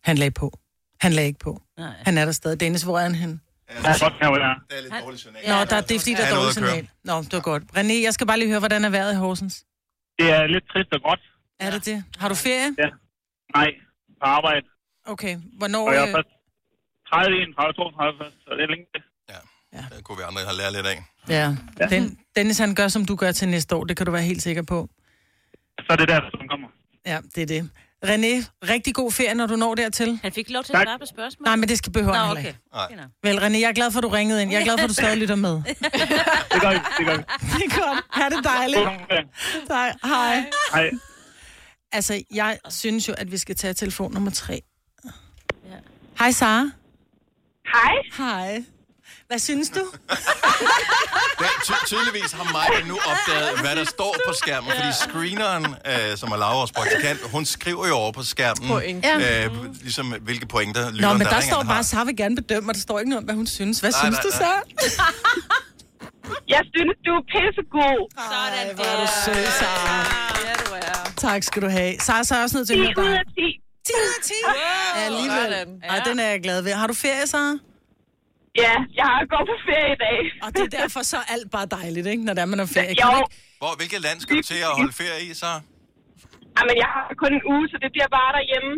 Speaker 2: Han lagde på. Han lagde ikke på. Nej. Han er der stadig. Dennis, hvor er han henne?
Speaker 13: Det er godt herude. ja.
Speaker 1: Det er lidt dårligt signal.
Speaker 2: Nå, der, det er fordi, der
Speaker 13: Han
Speaker 2: er
Speaker 13: er
Speaker 2: dårligt
Speaker 13: ude at køre.
Speaker 2: signal. Nå, det var godt. René, jeg skal bare lige høre, hvordan er vejret i Horsens?
Speaker 13: Det er lidt trist og godt.
Speaker 2: Er det det? Har du ferie?
Speaker 13: Ja. Nej, på arbejde.
Speaker 2: Okay, hvornår...
Speaker 13: Og jeg
Speaker 2: øh,
Speaker 13: er først 30, 31, 32, så det er længe det.
Speaker 1: Ja. Det kunne vi andre have lært lidt af.
Speaker 2: Ja, Den, Dennis han gør, som du gør til næste år, det kan du være helt sikker på.
Speaker 13: Så er det der, som kommer.
Speaker 2: Ja, det er det. René, rigtig god ferie, når du når dertil.
Speaker 3: Han fik lov til at svare på spørgsmål.
Speaker 2: Nej, men det skal behøver
Speaker 3: Nå,
Speaker 2: han heller
Speaker 3: okay.
Speaker 2: ikke. Vel, René, jeg er glad for, at du ringede ind. Jeg er glad for, at du stadig lytter med.
Speaker 13: Det gør vi, det gør vi.
Speaker 2: Det er godt. Ha' det dejligt. Nej, hej.
Speaker 13: Hej.
Speaker 2: Altså, jeg synes jo, at vi skal tage telefon nummer tre. Hej, Sara.
Speaker 14: Hej.
Speaker 2: Hej. Hvad synes du?
Speaker 1: Ja, ty- tydeligvis har Maja nu opdaget, hvad der står på skærmen, fordi screeneren, øh, som er Laura praktikant, hun skriver jo over på skærmen,
Speaker 2: Point. Ja.
Speaker 1: øh, ligesom hvilke pointer lytteren,
Speaker 2: Nå, men der
Speaker 1: ringer,
Speaker 2: står
Speaker 1: har.
Speaker 2: bare, Sara vil gerne bedømme, og der står ikke noget om, hvad hun synes. Hvad
Speaker 1: Nej,
Speaker 2: synes
Speaker 1: nej,
Speaker 2: du,
Speaker 1: nej.
Speaker 2: så?
Speaker 14: Jeg synes, du er pissegod.
Speaker 2: Sådan Ej, hvor er du sød, Sara. Tak skal du have. Sara, så er jeg også nødt til at
Speaker 14: 10
Speaker 2: høre
Speaker 14: ud
Speaker 2: dig.
Speaker 14: af 10.
Speaker 2: 10 ud af 10? Ja, alligevel. Ej, den er jeg glad ved. Har du ferie, Sara?
Speaker 14: Ja, jeg har gået på ferie i dag.
Speaker 2: Og det er derfor så er alt bare dejligt, ikke? Når det er, man har ferie.
Speaker 14: Jo,
Speaker 2: Kan man ikke-
Speaker 1: Hvor, hvilket land skal du til at holde ferie i, så?
Speaker 14: men jeg har kun en uge, så det bliver bare derhjemme.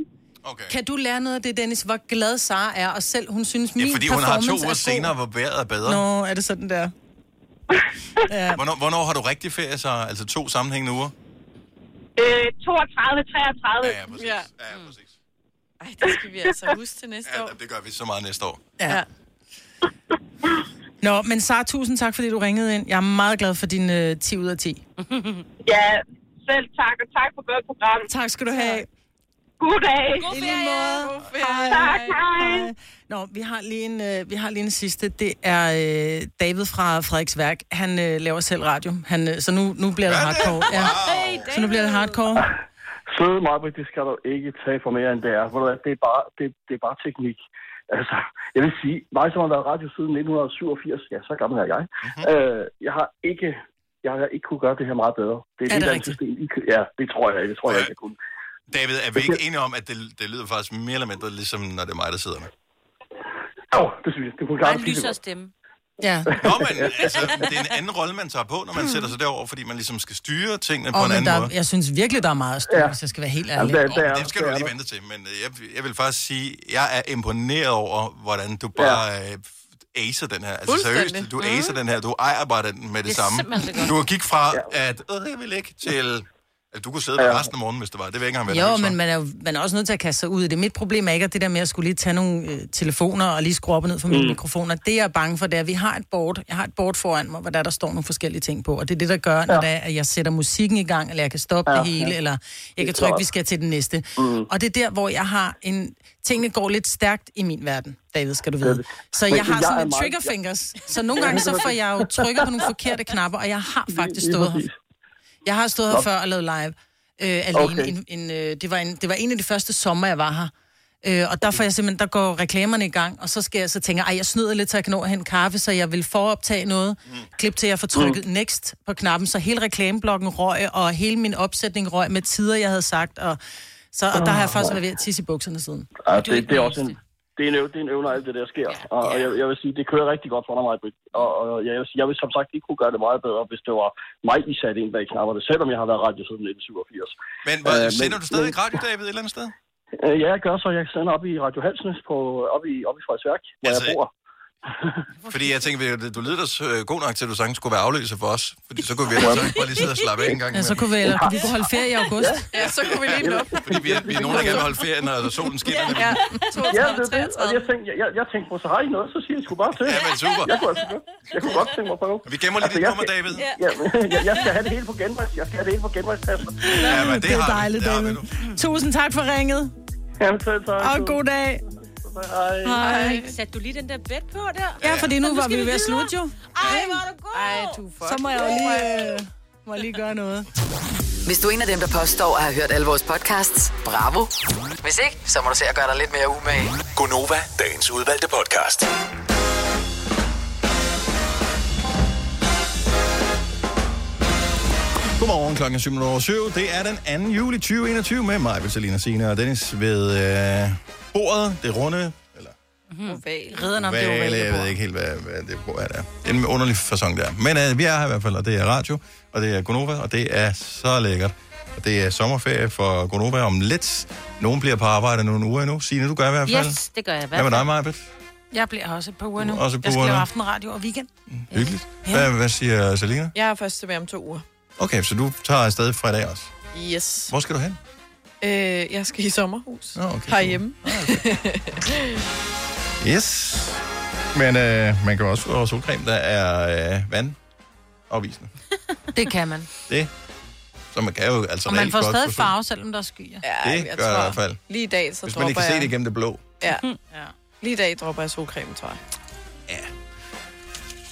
Speaker 2: Kan du lære noget af det, Dennis? Hvor glad Sara er, og selv hun synes, min
Speaker 1: Ja, fordi hun har to
Speaker 2: performance
Speaker 1: uger
Speaker 2: er god.
Speaker 1: senere, hvor vejret er bedre.
Speaker 2: Nå, er det sådan der? Ja.
Speaker 1: Hvornår, hvornår har du rigtig ferie, så? Altså to sammenhængende uger?
Speaker 14: Øh, 32, 33. Ja,
Speaker 4: Ja.
Speaker 1: Ja, præcis.
Speaker 4: Ej, det skal vi altså huske til næste år.
Speaker 1: Det gør vi så meget næste år.
Speaker 2: Ja. Nå, men Sara, tusind tak, fordi du ringede ind. Jeg er meget glad for din øh, 10 ud af 10.
Speaker 14: ja, selv tak, og tak for godt program.
Speaker 2: Tak skal du have.
Speaker 14: God dag.
Speaker 2: I lige måde. Hej.
Speaker 14: Tak, hej.
Speaker 2: Hej. Nå, vi har lige en, øh, vi har lige en sidste. Det er øh, David fra Frederiks Værk. Han øh, laver selv radio. Han, øh, så nu, nu bliver det hardcore. Ja. Så nu bliver det hardcore.
Speaker 15: Søde Marbet, det skal du ikke tage for mere, end det er. Ved du hvad, Det er bare, det, det er bare teknik. Altså, jeg vil sige, mig som har været radio siden 1987, ja, så gammel er jeg.
Speaker 1: Mhm.
Speaker 15: Mm-hmm. Øh, jeg har ikke jeg har ikke kunne gøre det her meget bedre. Det er,
Speaker 1: Er
Speaker 15: et
Speaker 1: det
Speaker 15: eller andet system, I kø- Ja, det tror jeg, det tror jeg, ikke, jeg kunne.
Speaker 1: David, er vi ikke enige om, at det, det lyder faktisk mere eller mindre, ligesom når det er mig, der sidder med?
Speaker 15: Åh, oh, det synes jeg. Det kunne
Speaker 3: Bare
Speaker 15: klart
Speaker 3: en lysere stemme.
Speaker 2: Ja.
Speaker 1: Nå, men altså, det er en anden rolle, man tager på, når man sætter sig derover, fordi man ligesom skal styre tingene på
Speaker 2: Og,
Speaker 1: en
Speaker 2: men
Speaker 1: anden
Speaker 2: der,
Speaker 1: måde.
Speaker 2: jeg synes virkelig, der er meget styr, ja. hvis jeg skal være helt ærlig.
Speaker 1: Åh, men det skal du lige vente til, men øh, jeg, jeg vil faktisk sige, jeg er imponeret over, hvordan du bare ja. acer den her. Altså
Speaker 12: Fuldstændig.
Speaker 1: seriøst,
Speaker 2: Mhm.
Speaker 1: du acer den her, du ejer bare den med det,
Speaker 12: Det er
Speaker 1: samme.
Speaker 12: simpelthen så godt.
Speaker 1: Du gik fra, at øh, jeg vil ikke, til at du kunne sidde der
Speaker 12: Ja.
Speaker 1: resten af morgenen, hvis det var. Det vil jeg ikke engang være
Speaker 2: Jo,
Speaker 1: nervøs for.
Speaker 2: men man er, jo, man er også nødt til at kaste sig ud i det. Mit problem er ikke at det der med, at jeg skulle lige tage nogle øh, telefoner og lige skrue op og ned for mine
Speaker 1: Mm.
Speaker 2: mikrofoner. Det, jeg er bange for, det er, at vi har et board. Jeg har et board foran mig, hvor der, der står nogle forskellige ting på. Og det er det, der gør, når det er, at jeg sætter musikken i gang, eller jeg kan stoppe
Speaker 16: Ja,
Speaker 2: det hele,
Speaker 16: ja.
Speaker 2: eller
Speaker 16: Det er
Speaker 2: jeg kan trykke,
Speaker 16: klart.
Speaker 2: vi skal til den næste.
Speaker 16: Mm.
Speaker 2: Og det er der, hvor jeg har en... Tingene går lidt stærkt i min verden, David, skal du vide. Så
Speaker 16: Men-
Speaker 2: jeg
Speaker 16: men
Speaker 2: har
Speaker 16: jeg
Speaker 2: sådan
Speaker 16: er
Speaker 2: en
Speaker 16: meget-
Speaker 2: trigger fingers. Så nogle gange så får jeg jo trykket på nogle forkerte knapper, og jeg har faktisk
Speaker 16: lige
Speaker 2: stået her. Jeg har stået her
Speaker 16: Nå.
Speaker 2: før og lavet live øh, alene. Okay.
Speaker 16: Okay.
Speaker 2: En, en, øh, det, var en, det var en af de første sommer, jeg var her. Øh, og der får jeg simpelthen, der går reklamerne i gang, og så skal jeg så tænke, ej, jeg snyder lidt, så jeg kan nå at hente kaffe, så jeg vil foroptage noget. Mm. Klip til, jeg får trykket mm. next på knappen, så hele reklameblokken røg, og hele min opsætning røg med tider, jeg havde sagt, og, så, og der har jeg faktisk været ved at tisse i bukserne siden.
Speaker 15: Ja, det, det er også en, det er en, øv, det er en øvne, alt det der sker. Og, og jeg, jeg vil sige, det kører rigtig godt for dig, Britt. Og, og jeg, vil sige, jeg vil som sagt ikke kunne gøre det meget bedre, hvis det var mig, I satte ind bag knapperne, selvom jeg har været radio siden 1987.
Speaker 1: Men
Speaker 15: Øh,
Speaker 1: hvad, sender du stadig
Speaker 15: men-
Speaker 1: radio, David, et eller andet sted?
Speaker 15: Øh, ja, jeg gør så. Jeg sender op i Radio Halsnes på, op i, op i Frederiksværk, hvor altså,
Speaker 1: Altså,
Speaker 15: jeg bor.
Speaker 1: Fordi jeg tænker, du lyder da så, øh, god nok til, at du sagtens skulle være afløser for os. Fordi så kunne vi ellers ikke bare lige sidde og slappe af en gang.
Speaker 2: Ja, så
Speaker 1: imellem.
Speaker 2: kunne vi, eller, vi kunne holde ferie i august.
Speaker 4: Ja, så kunne vi lige nå.
Speaker 1: Fordi vi er, vi er nogen, der gerne vil holde ferie, når solen skinner.
Speaker 4: Ja,
Speaker 15: ja, det er det. Og jeg tænkte, jeg, jeg, jeg tænkte på, så har I noget, så siger I sgu bare til. Ja,
Speaker 1: men super.
Speaker 15: Jeg kunne, altså, godt- jeg kunne godt tænke mig at prøve.
Speaker 1: Vi gemmer lige dit
Speaker 15: jeg
Speaker 1: nummer,
Speaker 15: skal-
Speaker 1: David.
Speaker 15: Ja, jeg, jeg skal have det hele på genvejs. Jeg skal have det hele på genvejspasser.
Speaker 1: Ja, men
Speaker 2: Det er dejligt, David. Tusind tak for ringet.
Speaker 15: Jamen, selv tak.
Speaker 2: Og god dag.
Speaker 15: Hej.
Speaker 2: Hej.
Speaker 3: Satte du lige den der bed på der?
Speaker 2: Ja, fordi nu
Speaker 3: Så
Speaker 2: var
Speaker 3: skal
Speaker 2: vi ved at
Speaker 3: videre.
Speaker 2: slutte jo.
Speaker 3: Ej, hvor er du god.
Speaker 2: Ej, du Så må jeg jo lige, øh, må jeg lige gøre noget.
Speaker 5: Hvis du er en af dem, der påstår at have hørt alle vores podcasts, bravo. Hvis ikke, så må du se at gøre dig lidt mere umage.
Speaker 17: Gonova, dagens udvalgte podcast.
Speaker 1: Godmorgen, klokken er 7 over 7. Det er den 2. juli 2021 med mig, Vitalina Sina og Dennis ved øh, bordet, det runde.
Speaker 4: Oval.
Speaker 2: Ridderen om det
Speaker 1: Hvad-
Speaker 2: Mm-hmm. ovale
Speaker 1: jeg
Speaker 2: bord.
Speaker 1: ved ikke helt, hvad, hvad det bord er der. En underlig fasong der. Men øh, vi er her i hvert fald, og det er radio, og det er Gonova, og det er så lækkert. Det er sommerferie for Gonova om lidt. Nogen bliver på arbejde nogle uger endnu. Signe, du gør i hvert fald.
Speaker 3: Yes, det gør jeg i hvert
Speaker 1: Hvad med
Speaker 3: fald.
Speaker 1: dig, Majbet?
Speaker 2: Jeg bliver her også et par uger nu.
Speaker 1: Også et par
Speaker 2: jeg skal
Speaker 1: uger
Speaker 2: lave
Speaker 1: nu.
Speaker 2: aftenradio og weekend.
Speaker 1: Hyggeligt. Hvad, hvad siger Selina?
Speaker 4: Jeg er først tilbage om to uger.
Speaker 1: Okay, så du tager afsted fra i dag også.
Speaker 4: Yes.
Speaker 1: Hvor skal du hen?
Speaker 4: Øh, jeg skal i sommerhus.
Speaker 1: Nå, okay.
Speaker 4: Herhjemme.
Speaker 1: Yes. Men øh, man kan også få solcreme, der er øh, vand opvisende.
Speaker 2: Det kan man.
Speaker 1: Det. Så man kan jo altså
Speaker 2: Og man
Speaker 1: reelt
Speaker 2: får
Speaker 1: godt
Speaker 2: stadig
Speaker 1: få sol-
Speaker 2: farve, selvom der er skyer.
Speaker 1: Det jeg gør jeg i hvert fald.
Speaker 4: Lige i dag, så
Speaker 1: Hvis man
Speaker 4: dropper
Speaker 1: ikke kan se
Speaker 4: jeg.
Speaker 1: det igennem det blå.
Speaker 4: Ja. ja. Lige i dag dropper jeg solcreme, tror jeg.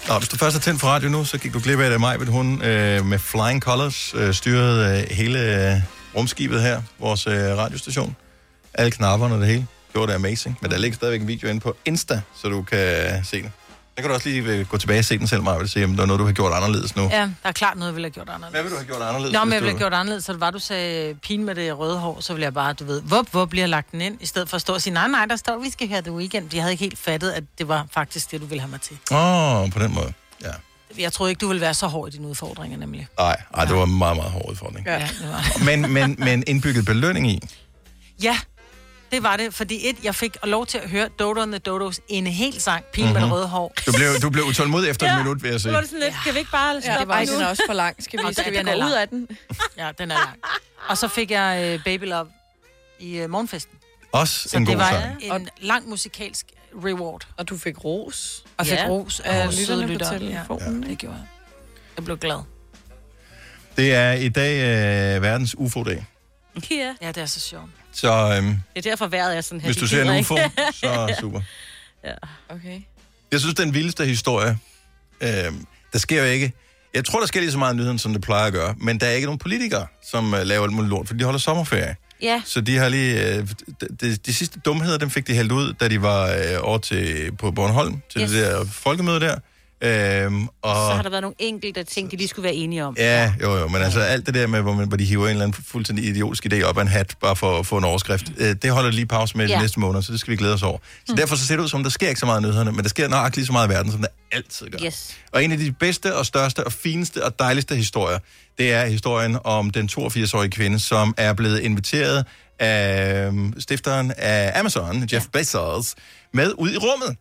Speaker 1: Nå, hvis du først har tændt for radio nu, så gik du glip af det. Maj, ved hun øh, med Flying Colors øh, styrede øh, hele øh, rumskibet her, vores øh, radiostation. Alle knapperne og det hele. Gjorde det amazing. Men der ligger stadigvæk en video inde på Insta, så du kan øh, se den. Der kan du også lige øh, gå tilbage og se den selv, Maj, og se, om der er noget, du har gjort anderledes nu.
Speaker 2: Ja, der er klart noget, jeg ville have gjort anderledes.
Speaker 1: Hvad ville du have gjort anderledes?
Speaker 2: Nå, men
Speaker 1: hvis
Speaker 2: jeg ville
Speaker 1: du-
Speaker 2: have gjort anderledes, så det var, du sagde øh, pin med det røde hår, så ville jeg bare, du ved, hvor, hvor bliver lagt den ind, i stedet for at stå og sige, nej, nej, der står, vi skal have det weekend. Jeg havde ikke helt fattet, at det var faktisk det, du ville have mig til.
Speaker 1: Åh, oh, på den måde.
Speaker 2: Jeg troede ikke, du ville være så hård i dine udfordringer, nemlig.
Speaker 1: Nej, ej, det var en meget, meget hård udfordring.
Speaker 2: Ja, det var.
Speaker 1: Men, men, men indbygget belønning i.
Speaker 2: Ja, det var det, fordi et, jeg fik lov til at høre Dodo and the Dodos i en hel sang, pin med det
Speaker 1: Mhm.
Speaker 2: røde hår.
Speaker 1: Du blev, du blev utålmodig efter ja. en minut, vil jeg sige.
Speaker 2: sådan lidt, kan vi ikke bare
Speaker 4: stoppe Ej, den er også for lang. Skal vi- skal vi gå ud af
Speaker 2: den? Ja, den er lang. Og så fik jeg øh, Baby Love i øh, morgenfesten.
Speaker 1: Også
Speaker 2: Så
Speaker 1: en god
Speaker 2: det var
Speaker 1: sang.
Speaker 2: en og... lang musikalsk reward.
Speaker 4: Og du fik ros.
Speaker 2: Og fik
Speaker 4: Ja,
Speaker 2: ros
Speaker 4: af
Speaker 2: af vores
Speaker 4: lytterne
Speaker 2: søde
Speaker 4: på
Speaker 2: lytter.
Speaker 4: telefonen,
Speaker 2: Ja, det gjorde jeg. Jeg blev glad.
Speaker 1: Det er i dag øh, verdens UFO-dag.
Speaker 2: Yeah. Ja, det er så sjovt.
Speaker 1: Så øhm,
Speaker 3: Det er derfor vejret er sådan her.
Speaker 1: Hvis
Speaker 3: De
Speaker 1: du ser
Speaker 3: gider
Speaker 1: en
Speaker 3: ikke.
Speaker 1: UFO, så super.
Speaker 3: ja.
Speaker 4: Okay.
Speaker 1: Jeg synes, den vildeste historie, øh, der sker jo ikke... Jeg tror, der sker lige så meget i nyheden, som det plejer at gøre, men der er ikke nogen politikere, som øh, laver alt muligt lort, for de holder sommerferie.
Speaker 3: Ja.
Speaker 1: Så de har lige... Øh, de, de, de sidste dumheder, dem fik de hældt ud, da de var øh, over til, på Bornholm, til
Speaker 3: Yes.
Speaker 1: yes. det der folkemøde der. Øh, og,
Speaker 3: Så har der været nogle enkelte ting, de lige skulle være enige om.
Speaker 1: Ja, jo, jo, men altså alt det der med, hvor, man, hvor de hiver en eller anden fuldstændig idiotisk idé op af en hat, bare for at få en overskrift, øh, det holder lige pause med
Speaker 3: Ja.
Speaker 1: ja. næste måned, så det skal vi glæde os over. Så derfor så ser det ud som, der sker ikke så meget i nyhederne, men der sker nok lige så meget i verden, som der altid gør.
Speaker 3: Yes.
Speaker 1: Og en af de bedste og største og fineste og dejligste historier, det er historien om den 82-årige kvinde, som er blevet inviteret af øhm, stifteren af Amazon, Jeff Bezos, med ud i rummet.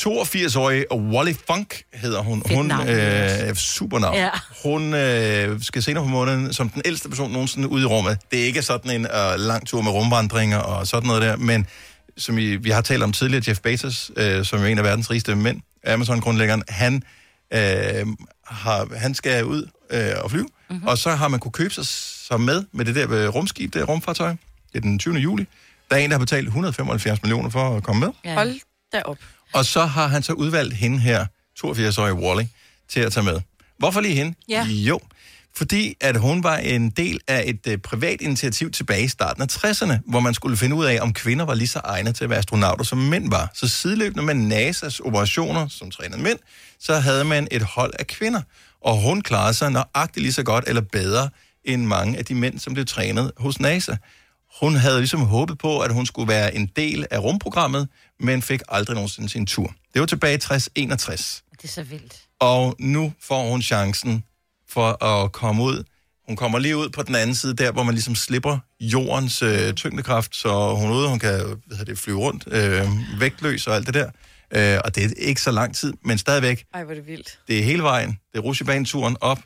Speaker 1: 82-årige Wally Funk hedder hun.
Speaker 18: Fedt
Speaker 1: hun
Speaker 18: navn,
Speaker 1: øh, er supernavn.
Speaker 18: Ja.
Speaker 1: Ja. Hun øh, skal senere på måneden som den ældste person nogensinde ud i rummet. Det er ikke sådan en øh, lang tur med rumvandringer og sådan noget der, men som I, vi har talt om tidligere, Jeff Bezos, øh, som er en af verdens rigeste mænd, Amazon-grundlæggeren, han, øh, har, han skal ud øh, og flyve, mm-hmm. og så har man kunne købe sig, sig med med det der øh, rumskib, det der rumfartøj, det er den 20. juli. Der er en, der har betalt 175 millioner for at komme med.
Speaker 4: Ja. Hold da op.
Speaker 1: Og så har han så udvalgt hende her, 82-årige Wally, til at tage med. Hvorfor lige hende?
Speaker 18: Ja.
Speaker 1: Jo, fordi at hun var en del af et øh, privat initiativ tilbage i starten af 60'erne, hvor man skulle finde ud af, om kvinder var lige så egnet til at være astronauter, som mænd var. Så sideløbende med NASA's operationer, som trænede mænd, så havde man et hold af kvinder. Og hun klarede sig nøjagtigt lige så godt eller bedre end mange af de mænd, som blev trænet hos NASA. Hun havde ligesom håbet på, at hun skulle være en del af rumprogrammet, men fik aldrig nogensinde sin tur. Det var tilbage i 60-61.
Speaker 3: Det er så vildt.
Speaker 1: Og nu får hun chancen for at komme ud. Hun kommer lige ud på den anden side, der hvor man ligesom slipper jordens øh, tyngdekraft, så hun er ude, hun kan hvad hedder det, flyve rundt, øh, vægtløs og alt det der. Øh, og det er ikke så lang tid, men stadigvæk,
Speaker 4: Ej, hvor er det vildt.
Speaker 1: det er hele vejen. Det er rusjebaneturen op og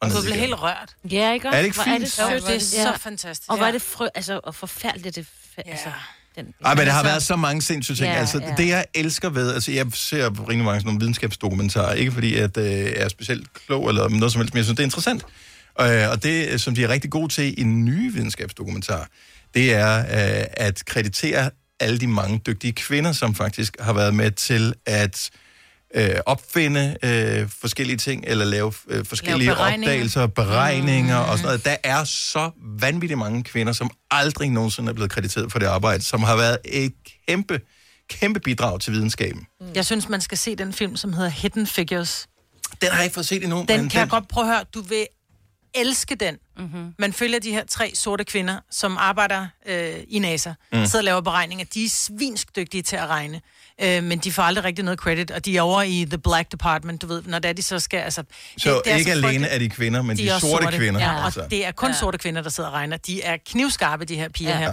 Speaker 2: Og
Speaker 1: ned
Speaker 2: du blev
Speaker 1: igen.
Speaker 2: helt rørt.
Speaker 3: Ja, ikke
Speaker 1: Er det ikke
Speaker 3: Hvor
Speaker 1: fint?
Speaker 3: det,
Speaker 2: Jo,
Speaker 3: sødt?
Speaker 2: det er så
Speaker 3: Ja.
Speaker 2: fantastisk.
Speaker 3: Og hvor er
Speaker 2: Ja.
Speaker 3: det frø... Altså, og forfærdeligt det... fa- Altså, den...
Speaker 1: Ej, men der har været så mange sindssyge ting.
Speaker 3: Altså- Ja,
Speaker 1: Ja, altså,
Speaker 3: ja.
Speaker 1: ja. det jeg elsker ved, altså jeg ser rigtig mange sådan nogle videnskabsdokumentarer, ikke fordi at, øh, jeg er specielt klog eller noget som helst, men jeg synes, det er interessant. Øh, og det, som de er rigtig gode til i nye videnskabsdokumentarer, det er øh, at kreditere alle de mange dygtige kvinder, som faktisk har været med til at øh, opfinde øh, forskellige ting, eller lave øh, forskellige lave
Speaker 18: beregninger.
Speaker 1: opdagelser, beregninger mm. og sådan noget. Der er så vanvittigt mange kvinder, som aldrig nogensinde er blevet krediteret for det arbejde, som har været et kæmpe, kæmpe bidrag til videnskaben.
Speaker 2: Mm. Jeg synes, man skal se den film, som hedder Hidden Figures.
Speaker 1: Den har jeg ikke fået set endnu.
Speaker 2: Den kan jeg godt prøve at høre. Du vil elske den. Mm-hmm. Man følger de her tre sorte kvinder, som arbejder øh, i NASA, mm.
Speaker 18: Mm.
Speaker 2: sidder og laver beregninger. De er svinsk dygtige til at regne, øh, men de får aldrig rigtig noget credit, og de er over i The Black Department, du ved, når det er, de så skal... Altså, det-
Speaker 1: Så
Speaker 2: det er
Speaker 1: ikke
Speaker 2: frygteligt.
Speaker 1: alene er de kvinder, men de, de
Speaker 2: er også
Speaker 1: sorte, sorte kvinder. altså.
Speaker 2: Ja, og det er kun ja. sorte kvinder, der sidder og regner. De er knivskarpe, de her piger ja.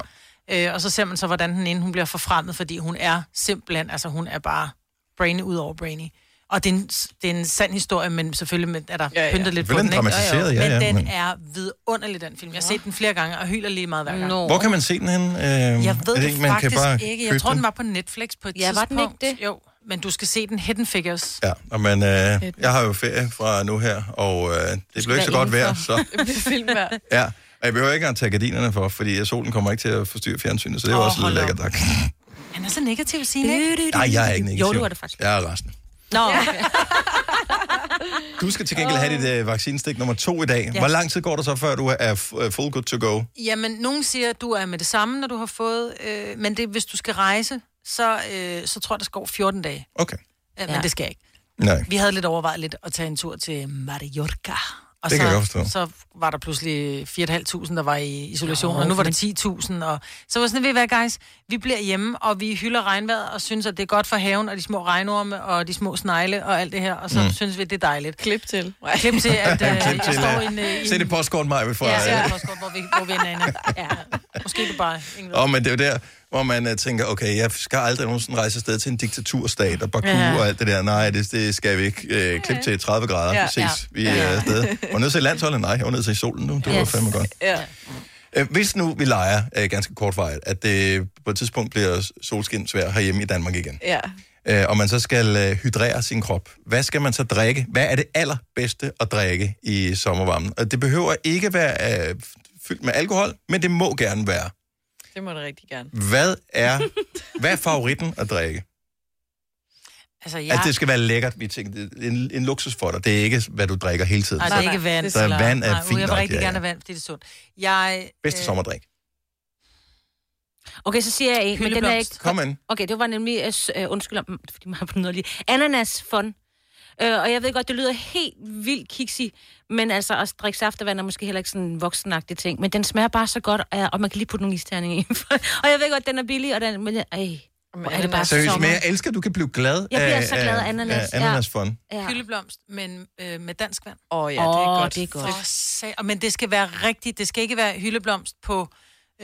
Speaker 2: her. Øh, og så ser man så, hvordan den ene hun bliver forfremmet, fordi hun er simpelthen, altså hun er bare brainy ud over brainy. Og det er, en, det er en sand historie, men selvfølgelig med, er der ja, ja. pyntet lidt på
Speaker 1: Vel,
Speaker 2: den.
Speaker 1: den dramatiseret, ja, ja,
Speaker 2: men den
Speaker 1: men-
Speaker 2: er vidunderlig, den film. Jeg har set den flere gange og hyler lige meget hver gang.
Speaker 1: Nå. Hvor kan man se den henne? Øh,
Speaker 2: Jeg ved det,
Speaker 1: ikke,
Speaker 2: man faktisk kan bare ikke. Jeg tror, den var på Netflix på et
Speaker 3: Ja, var den
Speaker 2: tidspunkt. ikke det? Jo, men du skal se den Hidden Figures.
Speaker 1: Ja, og man, øh, jeg har jo ferie fra nu her, og øh, det blev ikke så godt vejr, så...
Speaker 4: Det bliver fint vejr.
Speaker 1: Ja, og jeg behøver ikke at tage gardinerne for, fordi øh, solen kommer ikke til at forstyrre fjernsynet, så det er jo
Speaker 2: Åh,
Speaker 1: også
Speaker 2: hold
Speaker 1: lidt
Speaker 2: op.
Speaker 1: lækkert. tak.
Speaker 2: Han er så negativ, Signe, ikke?
Speaker 1: Nej, jeg er ikke negativ.
Speaker 2: Jo, du er det faktisk.
Speaker 1: Jeg er resten.
Speaker 2: Nå, okay.
Speaker 1: Du skal til gengæld have dit øh, vaccinstik nummer to i dag.
Speaker 2: Ja.
Speaker 1: Hvor lang tid går der så, før du er f- øh, full good to go?
Speaker 2: Jamen, nogen siger, at du er med det samme, når du har fået, øh, men det, hvis du skal rejse, så, øh, så tror jeg, der skal gå 14 dage.
Speaker 1: Okay.
Speaker 2: Ja, men
Speaker 1: Ja.
Speaker 2: det skal jeg ikke.
Speaker 1: Nej.
Speaker 2: Vi havde lidt overvejet lidt at tage en tur til Mallorca. Og så,
Speaker 1: Det kan jeg godt forstå.
Speaker 2: så var der pludselig 4.500, der var i isolation, og nu var det 10.000. Og... Så var jeg sådan, ved I hvad, guys? Vi bliver hjemme, og vi hylder regnvejret, og synes, at det er godt for haven, og de små regnorme, og de små snegle, og alt det her. Og så
Speaker 1: Mm.
Speaker 2: mm. synes vi, det er dejligt.
Speaker 4: Klip til.
Speaker 2: Klip til, at øh, jeg
Speaker 1: til,
Speaker 2: står
Speaker 1: øh,
Speaker 2: i en... øh, i
Speaker 1: Se
Speaker 2: en-
Speaker 1: det postkort, mig fra...
Speaker 2: Ja, så er
Speaker 1: Ja,
Speaker 2: det også godt, hvor vi, hvor vi ender inde. Ja. Måske det bare, ingen ved.
Speaker 1: og men det er jo der, hvor man øh, tænker, okay, jeg skal aldrig nogensinde rejse afsted til en diktaturstat og Baku
Speaker 2: Ja.
Speaker 1: ja. og alt det der. Nej, det, det skal vi ikke. Øh, klip til 30 grader.
Speaker 2: Ja.
Speaker 1: Ja. Ses. Vi er
Speaker 2: Ja.
Speaker 1: afsted. Var du nødt til landsholdet? Nej, jeg var nødt til solen nu. Det var
Speaker 2: Yes.
Speaker 1: fandme godt.
Speaker 4: Ja.
Speaker 1: Øh, Hvis nu vi leger øh, ganske kortvarigt, at det på et tidspunkt bliver solskinsvær herhjemme i Danmark igen,
Speaker 4: Ja.
Speaker 1: øh, og man så skal øh, hydrere sin krop, hvad skal man så drikke? Hvad er det allerbedste at drikke i sommervarmen? Og det behøver ikke være øh, fyldt med alkohol, men det må gerne være.
Speaker 4: Det må det rigtig gerne.
Speaker 1: Hvad er, hvad er favoritten at drikke?
Speaker 2: Altså,
Speaker 1: Ja. Altså, det skal være lækkert. Vi tænker, det er en, en luksus for dig. Det er ikke, hvad du drikker hele tiden.
Speaker 2: Nej, det er ikke vand.
Speaker 1: Så vand er
Speaker 2: Nej, uh, Jeg
Speaker 1: fint
Speaker 2: vil
Speaker 1: nok,
Speaker 2: rigtig
Speaker 1: ja,
Speaker 2: gerne
Speaker 1: ja.
Speaker 2: have Øh, vand, fordi det er sundt. Jeg,
Speaker 1: Bedste sommerdrik.
Speaker 3: Okay, så siger jeg en, men den er
Speaker 2: Hyldeblomst.
Speaker 3: ikke...
Speaker 1: Kom ind.
Speaker 3: Okay, det var nemlig... øh, s- Øh, undskyld om, fordi man har på noget lige. Ananas fun. Øh, og jeg ved godt, det lyder helt vildt kiksi, men altså at drikke saftevand er måske heller ikke sådan en voksenagtig ting, men den smager bare så godt, og, og man kan lige putte nogle isterninger i. og jeg ved godt, den er billig, og den... Men, øh, hvor er det bare
Speaker 1: Seriøst,
Speaker 3: sommer.
Speaker 1: men jeg elsker, at du kan blive glad
Speaker 3: Jeg bliver
Speaker 1: af,
Speaker 3: så glad af ananas, ja.
Speaker 1: ananasfond.
Speaker 2: Ja. Hyldeblomst, men øh, med dansk vand.
Speaker 4: Åh oh,
Speaker 1: ja, det er
Speaker 2: Åh,
Speaker 1: godt.
Speaker 2: Det er godt. For sag... Men det skal være rigtigt. Det skal ikke være hyldeblomst på...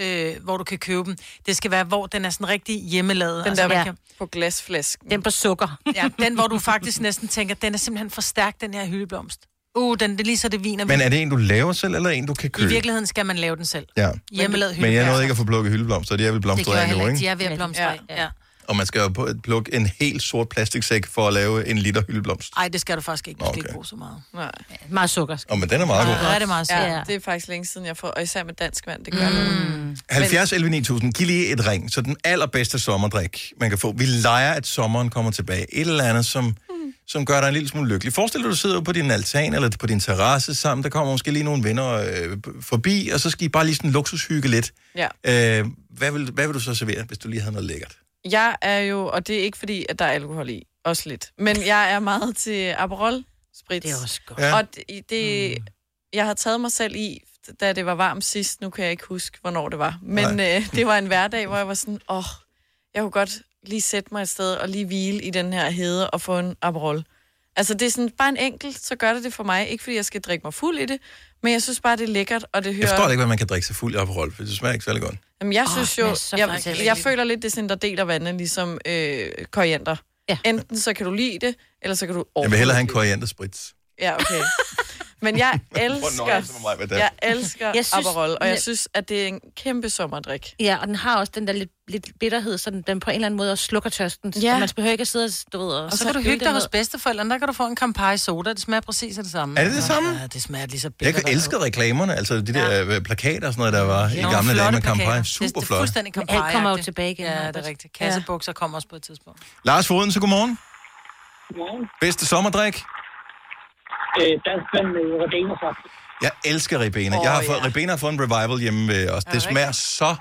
Speaker 2: Øh, hvor du kan købe dem. Det skal være, hvor den er sådan rigtig hjemmelavet. Altså,
Speaker 4: Den der
Speaker 2: man
Speaker 4: ja. på glasflæsken.
Speaker 3: Den på sukker.
Speaker 2: ja, den, hvor du faktisk næsten tænker, den er simpelthen for stærk, den her hyldeblomst. Uh, den, det er lige så det viner.
Speaker 1: Men er det en, du laver selv, eller en, du kan købe?
Speaker 2: I virkeligheden skal man lave den selv.
Speaker 1: Ja.
Speaker 2: Hjemmelavet
Speaker 1: Men jeg nåede
Speaker 2: hyldeblomst.
Speaker 1: ikke at få plukket hyldeblomster, de er vel
Speaker 2: Det gjorde
Speaker 1: blomstret
Speaker 2: jeg
Speaker 1: af nu,
Speaker 2: heller ikke. De
Speaker 1: ikke?
Speaker 2: er ved at blomstre. af. Ja.
Speaker 1: Og man skal jo på- plukke en helt sort plastiksæk for at lave en liter hyldeblomst.
Speaker 2: Ej, det skal du faktisk ikke. Du skal ikke bruge så meget.
Speaker 4: Nej.
Speaker 3: Meget sukker.
Speaker 1: Og men den er meget god.
Speaker 2: Ja, det er meget sødt.
Speaker 4: Ja, det er faktisk længe siden, jeg får, og især med dansk vand, det gør mm.
Speaker 1: 70 11 9000, giv lige et ring, så den allerbedste sommerdrik, man kan få. Vi leger, at sommeren kommer tilbage. Et eller andet, som,
Speaker 2: Mm.
Speaker 1: som gør dig en lille smule lykkelig. Forestil dig, at du sidder på din altan eller på din terrasse sammen. Der kommer måske lige nogle venner øh, forbi, og så skal I bare lige sådan luksushygge lidt.
Speaker 4: Ja.
Speaker 1: Øh, hvad, vil, hvad vil du så servere, hvis du lige havde noget lækkert?
Speaker 4: Jeg er jo, og det er ikke fordi, at der er alkohol i, også lidt, men jeg er meget til Aperol Spritz. Det er
Speaker 3: også godt.
Speaker 1: Ja.
Speaker 4: Og det, det jeg har taget mig selv i, da det var varmt sidst, nu kan jeg ikke huske, hvornår det var, men
Speaker 1: Nej.
Speaker 4: øh, det var en hverdag, hvor jeg var sådan, åh, oh, jeg kunne godt lige sætte mig et sted og lige hvile i den her hede og få en Aperol. Altså det er sådan bare en enkelt, så gør det det for mig. Ikke fordi jeg skal drikke mig fuld i det, men jeg synes bare, det er lækkert, og det hører...
Speaker 1: Jeg forstår ikke, hvad man kan drikke sig fuld af Aperol, for det smager ikke særlig godt.
Speaker 4: Jamen, jeg
Speaker 1: Åh,
Speaker 4: synes
Speaker 1: den
Speaker 4: jo,
Speaker 1: er så
Speaker 4: jeg,
Speaker 1: faktisk
Speaker 4: jeg,
Speaker 1: heller
Speaker 4: jeg
Speaker 1: ikke.
Speaker 4: føler lidt, det er sådan, der deler vandene, ligesom øh, koriander.
Speaker 3: Ja.
Speaker 4: Enten så kan du lide det, eller så kan du
Speaker 1: Jeg vil hellere have en
Speaker 4: ikke
Speaker 1: koriandersprit.
Speaker 4: lide det. Ja, okay. Men jeg
Speaker 1: nøjes med mig med
Speaker 4: elsker,
Speaker 1: den.
Speaker 4: jeg elsker
Speaker 3: Jeg
Speaker 4: jeg
Speaker 3: synes-
Speaker 4: synes, Aperol, og jeg synes, at det er en kæmpe sommerdrik.
Speaker 3: Ja, og den har også den der lidt, lidt bitterhed, så den, den på en eller anden måde også slukker tørsten. Så
Speaker 2: Ja.
Speaker 3: Man behøver ikke at sidde og... Du ved,
Speaker 2: Og så kan du hygge dig hos bedsteforældrene, der kan du få en Campari soda, det smager præcis af det samme.
Speaker 1: Er det det samme?
Speaker 2: Ja, det smager lige så
Speaker 1: Jeg
Speaker 2: bittert.
Speaker 1: elsker reklamerne, altså de der ja. plakater og sådan noget, der var i
Speaker 2: Nogle
Speaker 1: gamle dage
Speaker 2: flotte
Speaker 1: med kampagne.
Speaker 2: plakater.
Speaker 1: Super
Speaker 2: Det er
Speaker 1: flot.
Speaker 2: fuldstændig
Speaker 3: Men
Speaker 2: Campari.
Speaker 3: alt kommer jo tilbage igen,
Speaker 2: Ja,
Speaker 3: Marcus.
Speaker 2: det er rigtigt. Kassebukser kommer også på et tidspunkt. Mm,
Speaker 1: Lars Foden, så godmorgen.
Speaker 14: Godmorgen.
Speaker 1: Bedste sommerdrik?
Speaker 14: Øh, dansk vand med Rodena faktisk.
Speaker 1: Jeg elsker ribena. Oh,
Speaker 14: Åh,
Speaker 1: jeg har fået, ja. ribena har fået en revival hjemme ved os. Det smager så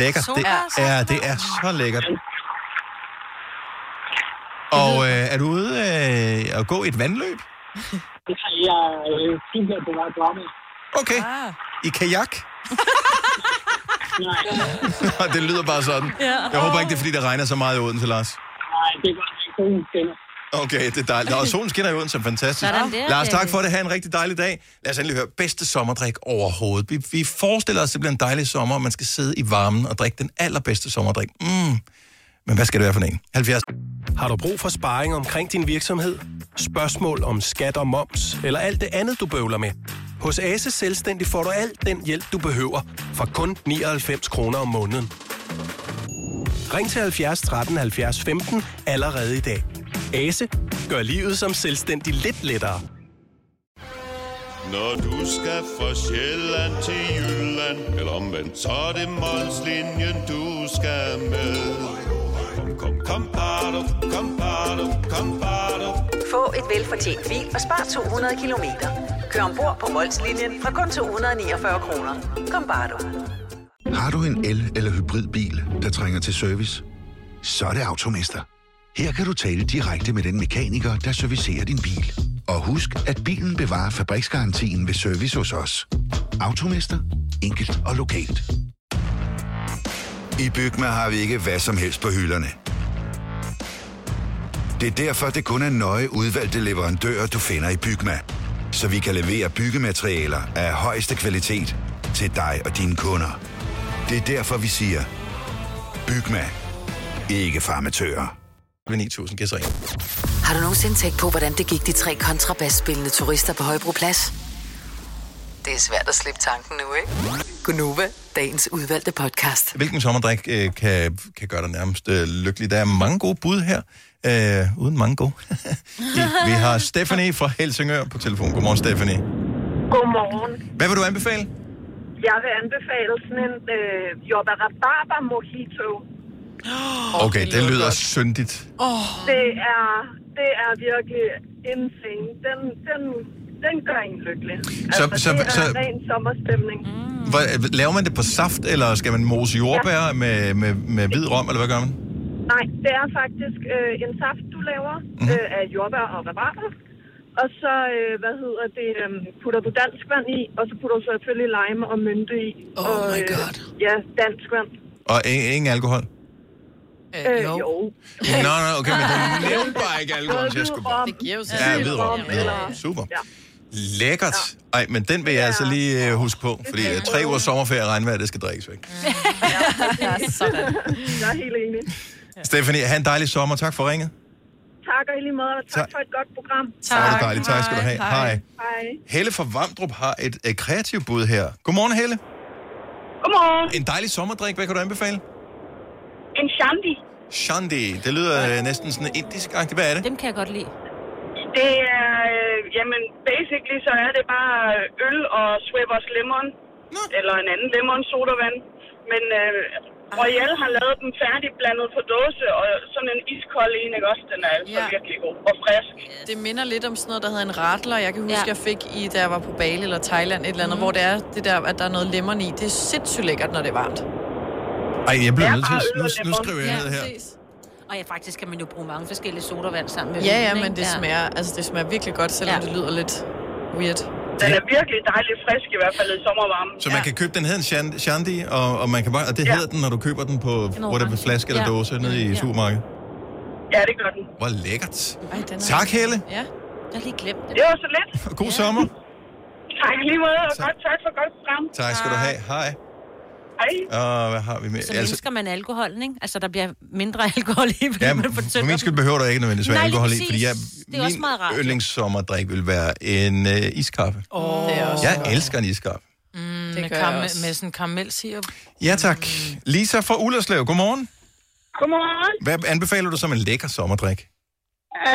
Speaker 1: lækkert. Det
Speaker 14: Super.
Speaker 1: er, det er så lækkert. Og øh, er du ude øh, at gå i et vandløb?
Speaker 14: Jeg er øh, tidligere på vej på Amager.
Speaker 1: Okay. I kajak? Nej. det lyder bare sådan.
Speaker 12: Ja.
Speaker 1: Jeg håber ikke, det er, fordi det regner så meget i Odense, Lars.
Speaker 12: Nej, det var ikke nogen skinner.
Speaker 1: Okay, det er dejligt. Og solen skinner i Odense, fantastisk.
Speaker 12: Sådan der,
Speaker 1: Lars, tak
Speaker 12: Dennis.
Speaker 1: for det. Ha' en rigtig dejlig dag. Lad os endelig høre bedste sommerdrik overhovedet. Vi, vi forestiller os, det bliver en dejlig sommer, og man skal sidde i varmen og drikke den allerbedste sommerdrik. Mm. Men hvad skal det være for en? 70.
Speaker 18: Har du brug for sparring omkring din virksomhed? Spørgsmål om skat og moms, eller alt det andet, du bøvler med? Hos Ase Selvstændig får du alt den hjælp, du behøver, for kun 99 kroner om måneden. Ring til 70 13 70 15 allerede i dag. Ase gør livet som selvstændig lidt lettere.
Speaker 19: Når du skal fra Sjælland til Jylland Eller omvendt, så er det Molslinjen, du skal med Kom, kom, kom, bado, kom, bado, kom, bado.
Speaker 20: Få et velfortjent bil og spar 200 kilometer. Kør ombord på Molslinjen fra kun 249 kroner. Kom bare du.
Speaker 21: Har du en el- eller hybridbil, der trænger til service? Så er det Automester. Her kan du tale direkte med den mekaniker, der servicerer din bil. Og husk, at bilen bevarer fabriksgarantien ved service hos os. Automester. Enkelt og lokalt.
Speaker 22: I Bygma har vi ikke hvad som helst på hylderne. Det er derfor, det kun er nøje udvalgte leverandører, du finder i Bygma. Så vi kan levere byggematerialer af højeste kvalitet til dig og dine kunder. Det er derfor, vi siger, Bygma. Ikke farmatører.
Speaker 1: 9000 kan ringe.
Speaker 5: Har du nogensinde tænkt på, hvordan det gik de tre kontrabasspillende turister på Højbroplads? Det er svært at slippe tanken nu, ikke? Gunova, dagens udvalgte podcast.
Speaker 1: Hvilken sommerdrik øh, kan, kan gøre dig nærmest øh, lykkelig? Der er mange gode bud her. Øh, uden mange gode. I- vi har Stephanie fra Helsingør på telefon. Godmorgen, Stephanie.
Speaker 23: Godmorgen.
Speaker 1: Hvad vil du anbefale?
Speaker 23: Jeg vil anbefale sådan en øh, jobba rabarba mojito.
Speaker 1: Okay, det lyder syndigt.
Speaker 23: Oh. Det, er, det er virkelig insane. Den, den, den gør en lykkelig. Altså, så, så,
Speaker 1: så-
Speaker 23: det er
Speaker 1: så-
Speaker 23: så, ren sommerstemning.
Speaker 1: Hvor, laver man det på saft, eller skal man mose jordbær ja. med, med, med hvid rom, eller hvad gør man?
Speaker 23: Nej, det er faktisk øh, en saft, du laver
Speaker 1: Mhm.
Speaker 23: mm. øh, af jordbær og rabarber. Og så, øh, hvad hedder det, øh, putter du dansk vand i, og så putter du selvfølgelig lime og mynte i. Oh og, my god. Øh, ja, dansk vand.
Speaker 1: Og i- ingen alkohol?
Speaker 23: Øh, jo. jo.
Speaker 1: Nå, nå, okay, men du nævnte bare ikke alkohol, så jeg skulle bare...
Speaker 23: Det giver jo
Speaker 1: Ja, hvid rom. hvid rom. Super. Lækkert. Ej, men den vil jeg altså lige øh, huske på, fordi øh, tre uger sommerferie og regnvejr, det skal drikkes væk.
Speaker 23: Ja, sådan. Jeg er helt enig.
Speaker 1: Stephanie, have en dejlig sommer. Tak for ringet.
Speaker 23: Tak og i lige måde, og tak,
Speaker 1: Tak.
Speaker 23: for et godt program.
Speaker 1: Tak. Det var dejligt. Tak skal du have. Hej. Hej.
Speaker 23: Hej.
Speaker 1: Helle fra Vamdrup har et, et kreativt bud her. Godmorgen, Helle.
Speaker 23: Godmorgen.
Speaker 1: En dejlig sommerdrik. Hvad kan du anbefale?
Speaker 23: En shandy.
Speaker 1: Shandy. Det lyder øh, næsten sådan indisk-agtigt. Hvad er det?
Speaker 3: Dem kan jeg godt lide.
Speaker 23: Det er, øh, jamen, basically så er det bare øl og Sweppers lemon, eller en anden lemon sodavand. Men øh, Royal har lavet dem færdig blandet på dåse, og sådan en iskold en, ikke også? Den er altså
Speaker 4: Ja.
Speaker 23: virkelig god og frisk.
Speaker 4: Det minder lidt om sådan noget, der hedder en radler. Jeg kan huske, ja.
Speaker 23: Ja.
Speaker 4: jeg fik i, da jeg var på Bali eller Thailand, et eller andet, mm. hvor det er det der, at der er noget lemon i. Det er sindssygt lækkert, når det er varmt.
Speaker 1: Ej, jeg bliver
Speaker 4: Ja,
Speaker 1: nødt
Speaker 4: bare
Speaker 1: til...
Speaker 4: øl
Speaker 1: Nu,
Speaker 4: og
Speaker 1: nu
Speaker 4: lemon.
Speaker 1: skriver jeg
Speaker 4: Ja,
Speaker 1: ned her.
Speaker 3: Og ja, faktisk kan man jo bruge mange forskellige sodavand sammen med
Speaker 4: Ja, ja,
Speaker 3: vinen,
Speaker 4: men
Speaker 3: ikke?
Speaker 4: det smager, altså, det smager virkelig godt, selvom ja. det lyder lidt weird.
Speaker 23: Den er virkelig dejlig frisk, i hvert fald i sommervarmen.
Speaker 1: Så man kan købe den her en shan- shandy, og, og, man kan bare, og det
Speaker 23: Ja.
Speaker 1: hedder den, når du køber den på
Speaker 23: En
Speaker 1: hvor der er
Speaker 23: orange.
Speaker 1: flaske eller
Speaker 23: Ja.
Speaker 1: dåse nede i
Speaker 23: Ja.
Speaker 1: supermarkedet.
Speaker 23: Ja, det gør den.
Speaker 1: Hvor lækkert.
Speaker 4: Ej, den
Speaker 1: Tak, Helle.
Speaker 4: Ja.
Speaker 3: Jeg har lige glemt det.
Speaker 23: Det var så lidt.
Speaker 1: God sommer.
Speaker 23: Tak i lige måde, og godt tak for godt program.
Speaker 1: Tak skal du have. Hej.
Speaker 23: Hej.
Speaker 1: Og hvad har vi med?
Speaker 3: Så altså, mindsker man alkoholen, ikke? Altså, der bliver mindre alkohol i, fordi
Speaker 1: Ja,
Speaker 3: ja, man får
Speaker 1: for min skyld behøver du ikke nødvendigvis være
Speaker 3: Nej, lige
Speaker 1: alkohol i,
Speaker 3: præcis.
Speaker 1: fordi jeg,
Speaker 3: Det er også meget rart, jo.
Speaker 1: min yndlingssommerdrik vil være en øh, iskaffe.
Speaker 2: Åh. Det er også
Speaker 1: jeg
Speaker 2: godt.
Speaker 1: elsker en iskaffe.
Speaker 4: Det
Speaker 2: Mm, med,
Speaker 4: gør jeg
Speaker 2: karamel,
Speaker 4: også.
Speaker 2: med sådan karamelsirop.
Speaker 1: Ja tak. Lisa fra Ullerslev, godmorgen.
Speaker 23: Godmorgen.
Speaker 1: Hvad anbefaler du som en lækker sommerdrik?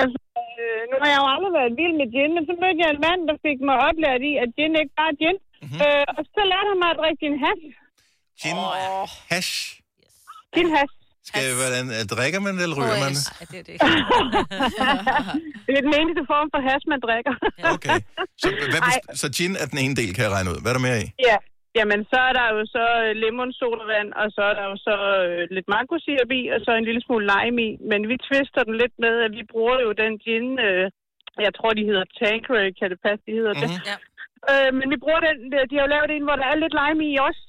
Speaker 24: Altså, øh, nu har jeg jo aldrig været vild med gin, men så mødte jeg en mand, der fik mig oplært i, at gin ikke bare er gin. Mm-hmm. Øh, og så lærte han mig at drikke gin hash.
Speaker 1: Mhm. Gin, oh. hash.
Speaker 24: Gin hash.
Speaker 1: Skal, hvordan, øh, drikker man det, eller ryger man det?
Speaker 24: det er det. det er den eneste form for hash, man drikker.
Speaker 1: Okay. Så, hvad, best- så gin er den ene del, kan jeg regne ud. Hvad er der mere i?
Speaker 24: ja. Jamen, så er der jo så øh, lemonsodavand, og så er der jo så øh, lidt mangosirup i, og så en lille smule lime i. Men vi twister den lidt med,
Speaker 1: Mhm.
Speaker 24: at vi bruger jo den gin, øh, jeg tror, de hedder Tanqueray, kan det passe, de hedder mm-hmm. det? Øh, men vi bruger den, de har jo lavet en, hvor der er lidt lime i også.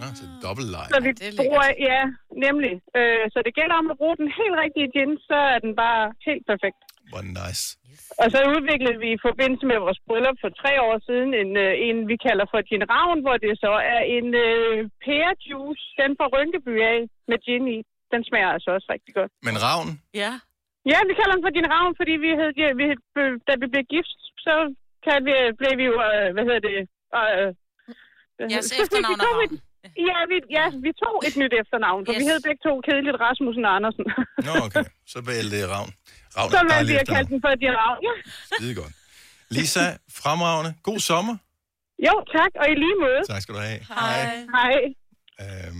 Speaker 1: Nå, så dobbelt lime.
Speaker 24: Så vi bruger, ja, nemlig. Øh, så det gælder om at bruge den helt rigtige gin, så er den bare helt perfekt.
Speaker 1: Hvor nice.
Speaker 24: Og så udviklede vi i forbindelse med vores bryllup for tre år siden en, øh, en vi kalder for gin ravn, hvor det så er en øh, pærejuice, den fra Rynkeby af, med gin i. Den smager altså også rigtig godt.
Speaker 1: Men ravn?
Speaker 24: Ja. Ja, vi kalder den for din ravn, fordi vi hed, ja, vi, hed- øh, da vi blev gift, så kan vi, blev vi jo, øh, hvad hedder det? Øh, hvad
Speaker 2: Jeres
Speaker 24: hedder-
Speaker 2: efternavn er
Speaker 24: vi tog et, ja, vi, ja, vi tog et nyt efternavn, for yes. vi hed begge to kedeligt Rasmussen og Andersen.
Speaker 1: Nå, okay. Så valgte det ravn. Ravn
Speaker 24: så
Speaker 1: er
Speaker 24: man
Speaker 1: dejligt
Speaker 24: bliver kaldt
Speaker 1: efternavn.
Speaker 24: den for din ravn. Ja.
Speaker 1: Skide godt. Lisa, fremragende. God sommer.
Speaker 24: Jo, tak, og i lige måde.
Speaker 1: Tak skal du have.
Speaker 24: Hej. Hej.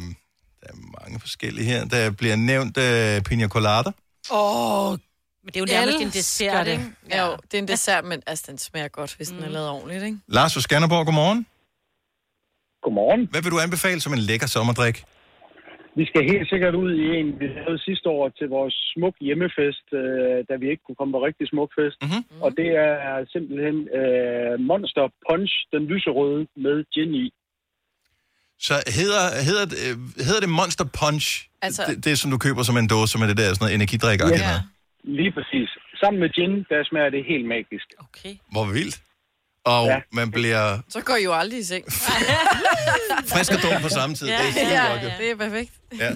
Speaker 1: Mange forskellige her. Der bliver nævnt øh, pina colada.
Speaker 2: Åh,
Speaker 4: oh,
Speaker 3: men det er jo nærmest en dessert, ikke?
Speaker 4: Ja. Jo, det er en dessert, men altså, den smager godt, hvis mm. den er lavet ordentligt, ikke?
Speaker 1: Lars fra Skanderborg, godmorgen. Godmorgen. Hvad vil du anbefale som en lækker sommerdrik?
Speaker 6: Vi skal helt sikkert ud i en, vi lavede sidste år til vores smuk hjemmefest, øh, da vi ikke kunne komme på rigtig smuk fest.
Speaker 1: Mm-hmm.
Speaker 3: Mm.
Speaker 6: Og det er simpelthen øh, Monster Punch, den lyserøde med gin i.
Speaker 1: Så hedder, hedder, det, øh, hedder det Monster Punch?
Speaker 6: Altså-
Speaker 1: Det, det, som du køber som en dåse med det der sådan noget energidrik. Ja. Noget.
Speaker 6: Lige præcis. Sammen med gin, der smager det helt magisk.
Speaker 1: Hvor vildt. Og ja. man bliver
Speaker 4: Så går I jo aldrig i seng.
Speaker 1: frisk og dum på samme tid.
Speaker 4: ja,
Speaker 1: Det er skide
Speaker 4: ja,
Speaker 1: godt, jo.
Speaker 4: ja, det er perfekt.
Speaker 1: Ja.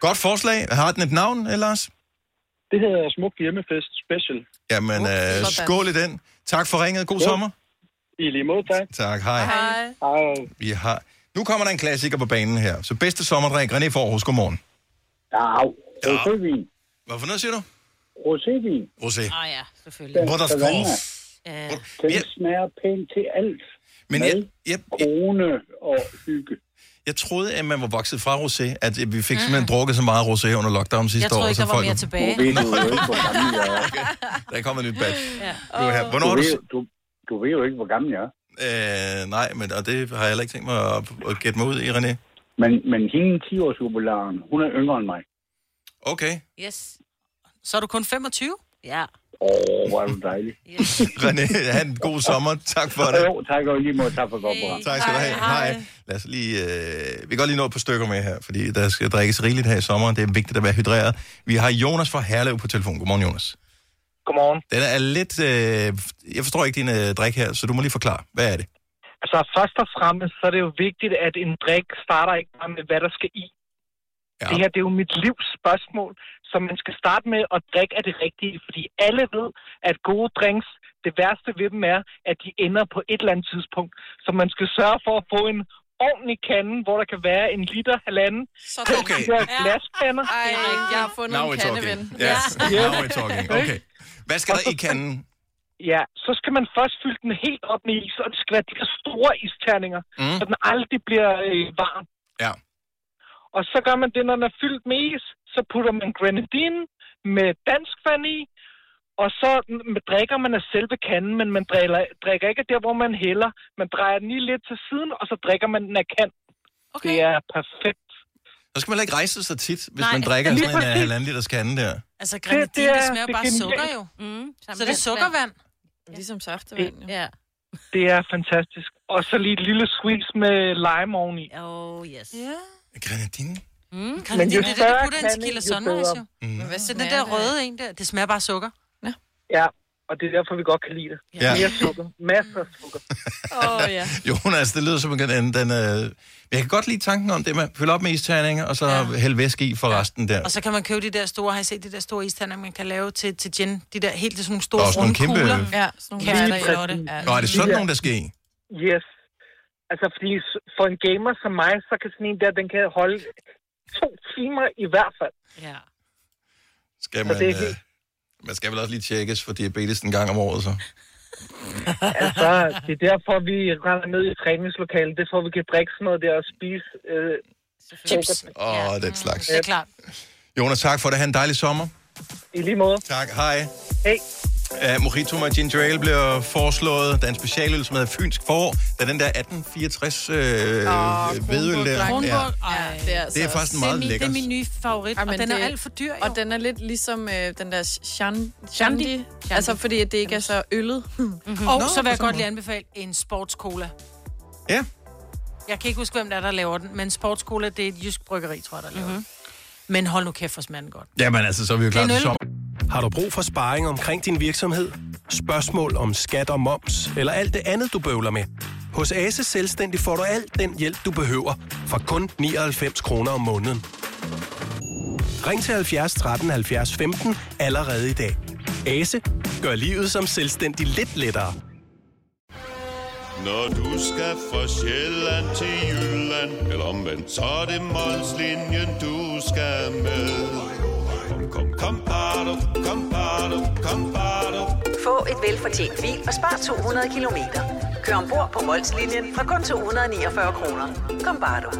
Speaker 1: Godt forslag. Har den et navn, eh, Lars?
Speaker 6: Det hedder Smuk Hjemmefest Special.
Speaker 1: Jamen, øh, skål i den. Tak for ringet. God sommer.
Speaker 6: I lige måde, tak.
Speaker 1: Tak, Ah, hej. Vi har... Nu kommer der en klassiker på banen her. Så bedste sommerdrik, René Forhus, godmorgen.
Speaker 6: Dag. Rosévin.
Speaker 1: Hvad for noget siger du?
Speaker 6: Rosévin.
Speaker 1: Rosé.
Speaker 3: Ah ja, selvfølgelig.
Speaker 1: Hvor der
Speaker 6: Savanna.
Speaker 1: står...
Speaker 3: Ja.
Speaker 6: Den smager pænt til alt.
Speaker 1: Men jeg, jeg,
Speaker 6: Krone og hygge.
Speaker 1: Jeg troede, at man var vokset fra rosé, at vi fik simpelthen drukket så meget rosé under lockdown sidste
Speaker 2: Mm. Jeg
Speaker 1: år.
Speaker 2: troede ikke,
Speaker 1: så
Speaker 2: der var
Speaker 1: folk-
Speaker 2: mere tilbage.
Speaker 6: Nu ved du jo ikke, hvor gammel jeg er.
Speaker 1: Der kommer et nyt batch.
Speaker 2: Ja.
Speaker 1: Du, her. Hvornår
Speaker 6: du,
Speaker 1: har du...
Speaker 6: ved, du, du ved jo ikke, hvor gammel jeg er.
Speaker 1: Øh, nej, men og det har jeg heller ikke tænkt mig at, at gætte mig ud i, René.
Speaker 6: Men, men hende 10 års jubilaren, hun er yngre end mig.
Speaker 1: Okay.
Speaker 3: Yes.
Speaker 2: Så er du kun 25?
Speaker 3: Ja.
Speaker 6: Åh, oh, hvor er du dejlig.
Speaker 1: René, have en god sommer. Tak for det.
Speaker 6: Jo, tak og i lige måde. Tak for godt program.
Speaker 1: Tak skal du have. Hej. Lad os lige, øh, vi kan godt lige nå et par stykker med her, fordi der skal drikkes rigeligt her i sommeren. Det er vigtigt at være hydreret. Vi har Jonas fra Herlev på telefon. Godmorgen, Jonas.
Speaker 7: Godmorgen.
Speaker 1: Den er lidt... Øh, jeg forstår ikke din øh, drik her, så du må lige forklare. Hvad er det?
Speaker 7: Altså først og fremmest, så er det jo vigtigt, at en drik starter ikke bare med, hvad der skal i.
Speaker 1: Ja.
Speaker 7: Det her, det er jo mit livs spørgsmål, så man skal starte med at drikke af det rigtige, fordi alle ved, at gode drinks, det værste ved dem er, at de ender på et eller andet tidspunkt. Så man skal sørge for at få en ordentlig kande, hvor der kan være en liter halvanden.
Speaker 4: Sådan.
Speaker 7: Okay.
Speaker 4: Ja.
Speaker 7: Glaskander.
Speaker 4: Ej, jeg har fundet
Speaker 7: Now
Speaker 4: en
Speaker 7: we're
Speaker 4: kandeven.
Speaker 7: talking.
Speaker 1: Yes.
Speaker 7: Ja.
Speaker 1: Now we're talking. Okay. Hvad skal der i kanden?
Speaker 7: Ja, så skal man først fylde den helt op med is, og det skal være de der store isterninger,
Speaker 1: Mm.
Speaker 7: mm. så den aldrig bliver øh, varm.
Speaker 1: Ja.
Speaker 7: Og så gør man det, når den er fyldt med is, så putter man grenadine med dansk vand i, og så m- m- drikker man af selve kanden, men man driller, drikker ikke af der, hvor man hælder. Man drejer den lige lidt til siden, og så drikker man den af kanten. Okay. Det er perfekt.
Speaker 1: Så skal man heller ikke rejse sig tit, hvis
Speaker 7: Nej.
Speaker 1: Nej. man drikker af
Speaker 7: Lige
Speaker 1: sådan en øh,
Speaker 7: præcis.
Speaker 1: halvanden liters kande der.
Speaker 2: Altså,
Speaker 7: Det-
Speaker 2: grenadine, det,
Speaker 7: det er-
Speaker 2: det, smager
Speaker 7: det
Speaker 2: bare
Speaker 7: kan-
Speaker 2: sukker jo.
Speaker 3: Mm,
Speaker 2: så det er sukkervand.
Speaker 4: Ligesom saftevand, jo.
Speaker 3: Ja.
Speaker 7: Det er fantastisk. Og så lige et lille squeeze med lime oveni.
Speaker 3: Oh, yes.
Speaker 2: Ja.
Speaker 1: Grenadine?
Speaker 2: Mm,
Speaker 7: Men
Speaker 2: grenadine,
Speaker 7: jo
Speaker 2: det er det,
Speaker 7: større
Speaker 2: du putter i en
Speaker 7: kande,
Speaker 2: skille
Speaker 7: jo
Speaker 2: sunrise,
Speaker 7: bedre.
Speaker 2: jo.
Speaker 1: Mm. Men
Speaker 4: hvad
Speaker 2: Så den
Speaker 4: smager
Speaker 2: der
Speaker 4: det af?
Speaker 2: røde en der, det smager bare sukker.
Speaker 7: Ja, og det er derfor, vi godt kan lide det.
Speaker 1: Ja.
Speaker 7: Mere sukker. Masser af sukker.
Speaker 2: Åh, oh, ja.
Speaker 1: Jonas, altså, det lyder som en den, den øh, men jeg kan godt lide tanken om det med at fylde op med isterninger, og så ja. hælde væske i for resten der.
Speaker 2: Og så kan man købe de der store, har I set de der store istander, man kan lave til, til gin? De der helt til sådan nogle
Speaker 1: Der
Speaker 2: store
Speaker 1: er også nogle
Speaker 2: runde
Speaker 1: kæmpe-
Speaker 2: kugler.
Speaker 4: Ja, sådan nogle
Speaker 2: Kan
Speaker 4: kugler i
Speaker 2: jeg
Speaker 4: lorte.
Speaker 2: Ja.
Speaker 1: Nå, er det sådan nogen, der skal i?
Speaker 7: Yes. Altså, fordi s- for en gamer som mig, så kan sådan en der, den kan holde to timer i hvert fald.
Speaker 3: Ja.
Speaker 1: Skal
Speaker 7: Så
Speaker 1: man,
Speaker 7: det er
Speaker 1: øh,
Speaker 7: helt-
Speaker 1: man skal vel også lige tjekkes for diabetes en gang om året, så.
Speaker 7: Altså, det er derfor, vi render ned i træningslokalet. Det er for, vi kan drikke sådan noget der og spise øh,
Speaker 2: chips.
Speaker 1: Og ja. den slags.
Speaker 2: Det er klart.
Speaker 1: Jonas, tak for det. Ha' en dejlig sommer.
Speaker 7: I lige måde.
Speaker 1: Tak. Hej.
Speaker 7: Hej.
Speaker 1: Uh, mojito med ginger ale bliver foreslået. Der er en specialøl, som hedder Fynsk Forår. Der er den der 1864 øh, oh, vedøl der.
Speaker 2: Kronborg,
Speaker 4: Ja, det,
Speaker 2: altså
Speaker 1: Det er faktisk en meget
Speaker 4: min-
Speaker 1: lækker.
Speaker 4: min
Speaker 2: nye favorit,
Speaker 4: og
Speaker 2: den er alt for dyr,
Speaker 4: Og den er lidt ligesom øh, den der shandy, shandy. altså fordi at det ikke er så øllet. Mhm.
Speaker 2: Mm-hmm. Og så vil jeg godt lige anbefale en sportscola.
Speaker 1: Ja.
Speaker 2: Jeg kan ikke huske, hvem der er, der laver den, men sportscola, det er et jysk bryggeri, tror jeg, der laver mm-hmm. Men hold nu kæft, hvor smager den godt.
Speaker 1: Jamen altså, så er vi jo klar
Speaker 2: Det er
Speaker 1: til
Speaker 2: en øl.
Speaker 1: sommer.
Speaker 18: Har du brug for sparring omkring din virksomhed? Spørgsmål om skat og moms, eller alt det andet, du bøvler med? Hos Ase Selvstændig får du alt den hjælp, du behøver, for kun 99 kroner om måneden. Ring til 70 13 70 15 allerede i dag. Ase gør livet som selvstændig lidt lettere.
Speaker 19: Når du skal fra Sjælland til Jylland Eller omvendt, så er det Molslinjen, du skal med Kom, kom, kom, bado, kom, bado, kom, bado.
Speaker 20: Få et velfortjent bil og spar 200 kilometer. Kør ombord på Molslinjen fra kun 249 kroner. Kom bare du.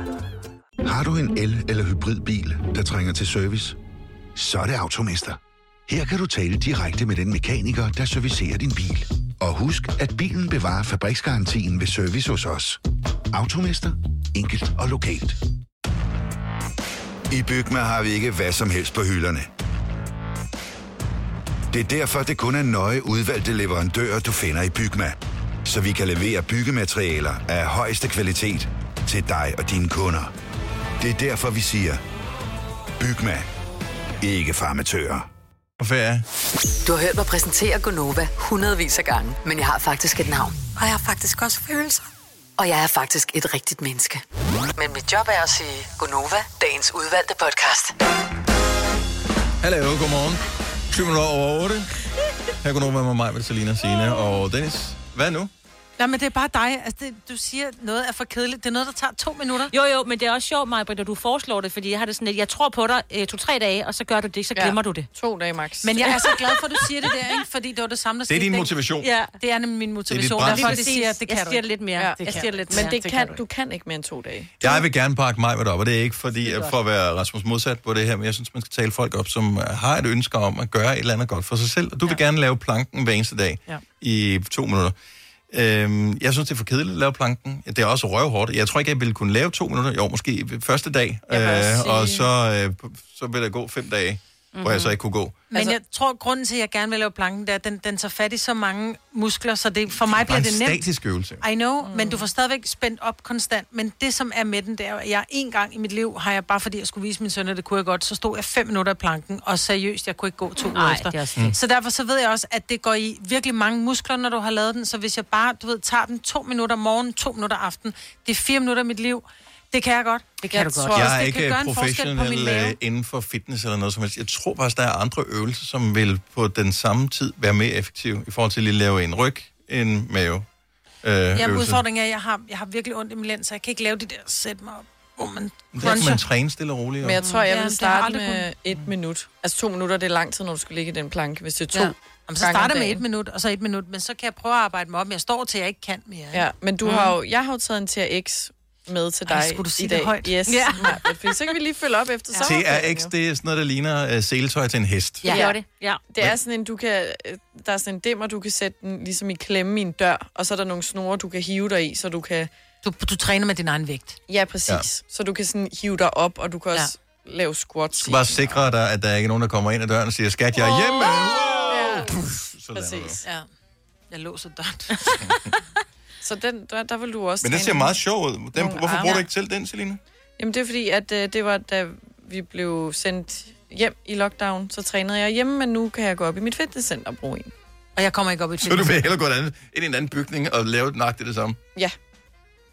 Speaker 21: Har du en el- eller hybridbil, der trænger til service? Så er det Automester. Her kan du tale direkte med den mekaniker, der servicerer din bil. Og husk, at bilen bevarer fabriksgarantien ved service hos os. Automester. Enkelt og lokalt.
Speaker 22: I Bygma har vi ikke hvad som helst på hylderne. Det er derfor, det kun er nøje udvalgte leverandører, du finder i Bygma. Så vi kan levere byggematerialer af højeste kvalitet til dig og dine kunder. Det er derfor, vi siger, Bygma. Ikke farmatører.
Speaker 1: På ferie.
Speaker 5: Du har hørt mig præsentere Gonova hundredvis af gange, men jeg har faktisk et navn.
Speaker 8: Og jeg har faktisk også følelser.
Speaker 5: Og jeg er faktisk et rigtigt menneske. Men mit job er at sige Gonova, dagens udvalgte podcast.
Speaker 1: Hallo, godmorgen. 7 minutter over 8. Her går nogen med mig, med Selina, Signe og Dennis. Hvad nu?
Speaker 2: Nej, men det er bare dig. Altså, det, du siger, noget er for kedeligt. Det er noget, der tager to minutter.
Speaker 3: Jo, jo, men det er også sjovt, Maja, når du foreslår det, fordi jeg har det sådan lidt, jeg tror på dig øh, to-tre dage, og så gør du det, så
Speaker 2: Ja.
Speaker 3: glemmer du det.
Speaker 4: To dage max.
Speaker 2: Men jeg er så glad for, at du siger det der, ikke? fordi det var det samme, der
Speaker 1: Det er
Speaker 2: skete,
Speaker 1: din
Speaker 2: ikke?
Speaker 1: motivation.
Speaker 2: Ja, det er nemlig min motivation. Det er
Speaker 1: brændstof.
Speaker 2: derfor, det siger, at det kan
Speaker 3: jeg
Speaker 2: du
Speaker 3: siger
Speaker 2: ikke.
Speaker 3: det lidt mere.
Speaker 2: Ja,
Speaker 3: Ja,
Speaker 2: det
Speaker 3: jeg
Speaker 2: kan
Speaker 3: siger det
Speaker 2: du
Speaker 3: lidt
Speaker 2: ikke. Mm.
Speaker 3: mere.
Speaker 4: Men det, det kan,
Speaker 2: du
Speaker 4: du kan ikke mere end to dage.
Speaker 1: Jeg vil gerne pakke mig op, og det er ikke fordi,
Speaker 4: er
Speaker 1: at for at være Rasmus modsat på det her, men jeg synes, man skal tale folk op, som øh, har et ønske om at gøre et eller andet godt for sig selv. Og du vil gerne lave planken hver eneste dag
Speaker 2: Ja.
Speaker 1: i to minutter. Øhm, jeg synes, det er for kedeligt at lave planken. Det er også røvhårdt. Jeg tror ikke, jeg ville kunne lave to minutter. Jo, måske ved første dag. Øh,
Speaker 2: vil også sige- Mhm.
Speaker 1: og så, øh, så vil der gå fem dage, mm-hmm. hvor jeg så ikke kunne gå.
Speaker 2: Men altså, jeg tror, grunden til, at jeg gerne vil lave planken, det er, at den, den tager fat i så mange muskler, så det, for mig
Speaker 1: Bare
Speaker 2: bliver
Speaker 1: en
Speaker 2: det nemt.
Speaker 1: statisk øvelse.
Speaker 2: I know, mm. men du får stadigvæk spændt op konstant. Men det, som er med den, det er, jo, at jeg en gang i mit liv har jeg, bare fordi jeg skulle vise min søn, at det kunne jeg godt, så stod jeg fem minutter af planken, og seriøst, jeg kunne ikke gå to uger
Speaker 3: Ej,
Speaker 2: efter.
Speaker 3: det er også det.
Speaker 2: Så derfor så ved jeg også, at det går i virkelig mange muskler, når du har lavet den. Så hvis jeg bare, du ved, tager den to minutter morgen, to minutter aften, det er fire minutter af mit liv, det kan jeg godt. Det
Speaker 3: kan
Speaker 2: jeg
Speaker 3: du godt.
Speaker 2: Tror,
Speaker 1: jeg er
Speaker 2: også, det kan
Speaker 1: ikke
Speaker 2: gøre en forskel på min
Speaker 1: professionel
Speaker 2: mave.
Speaker 1: øh, inden for fitness eller noget som helst. Jeg tror faktisk, der er andre øvelser, som vil på den samme tid være mere effektive i forhold til lige at lave en ryg, en mave. Øh,
Speaker 2: Jamen,
Speaker 1: øvelse.
Speaker 2: udfordringen er, at jeg har, jeg har virkelig ondt i min lænd, så jeg kan ikke lave det der sæt mig op, hvor man
Speaker 1: Det er, at
Speaker 2: cruncher.
Speaker 1: man træner stille og roligt.
Speaker 4: Men jeg tror, jeg
Speaker 2: Ja,
Speaker 4: vil
Speaker 2: det har jeg
Speaker 4: starte
Speaker 2: aldrig
Speaker 4: med et minut. Altså to minutter, det er lang tid, når du skal ligge i den planke, hvis det er to
Speaker 2: Ja.
Speaker 4: ja.
Speaker 2: Jamen, så starter jeg med et minut, og så et minut, men så kan jeg prøve at arbejde mig op, men jeg står til, at jeg ikke kan mere.
Speaker 4: Ja, men du
Speaker 2: Mm.
Speaker 4: mm. har jo, jeg har jo taget en TRX med til dig
Speaker 2: Ej, skulle du sige
Speaker 4: i
Speaker 2: det
Speaker 4: dag.
Speaker 2: højt?
Speaker 4: Yes,
Speaker 2: Ja.
Speaker 4: ja. fordi så kan vi lige følge op efter
Speaker 1: Ja.
Speaker 4: sommerferien,
Speaker 1: TRX,
Speaker 4: jo.
Speaker 1: det er sådan noget, der ligner øh, seletøj til en hest.
Speaker 4: Ja, ja.
Speaker 3: det. Ja.
Speaker 4: Det er sådan en, du kan, øh, der er sådan en dimmer, du kan sætte den ligesom i klemme i en dør, og så er der nogle snore, du kan hive dig i, så du kan...
Speaker 2: Du, du træner med din egen vægt.
Speaker 4: Ja, præcis. Ja. Så du kan sådan hive dig op, og du kan også ja. lave squats.
Speaker 1: Du skal bare sikre dig, at der ikke er nogen, der kommer ind ad døren og siger, skat, jeg er hjemme.
Speaker 4: Ja.
Speaker 1: Så lander du.
Speaker 4: Præcis.
Speaker 2: Ja. Jeg låser døren.
Speaker 4: så den, der, der vil du også
Speaker 1: Men den
Speaker 4: træne
Speaker 1: ser meget
Speaker 4: nogle-
Speaker 1: sjov ud. Den,
Speaker 4: nogle
Speaker 1: hvorfor bruger
Speaker 4: arme.
Speaker 1: du ikke selv den, Selina?
Speaker 4: Jamen det er fordi, at øh, det var da vi blev sendt hjem i lockdown, så trænede jeg hjemme, men nu kan jeg gå op i mit fitnesscenter og bruge en.
Speaker 2: Og jeg kommer ikke op i
Speaker 1: Så du vil hellere gå et andet- ind i en anden bygning og lave nøjagtigt det samme.
Speaker 4: Ja.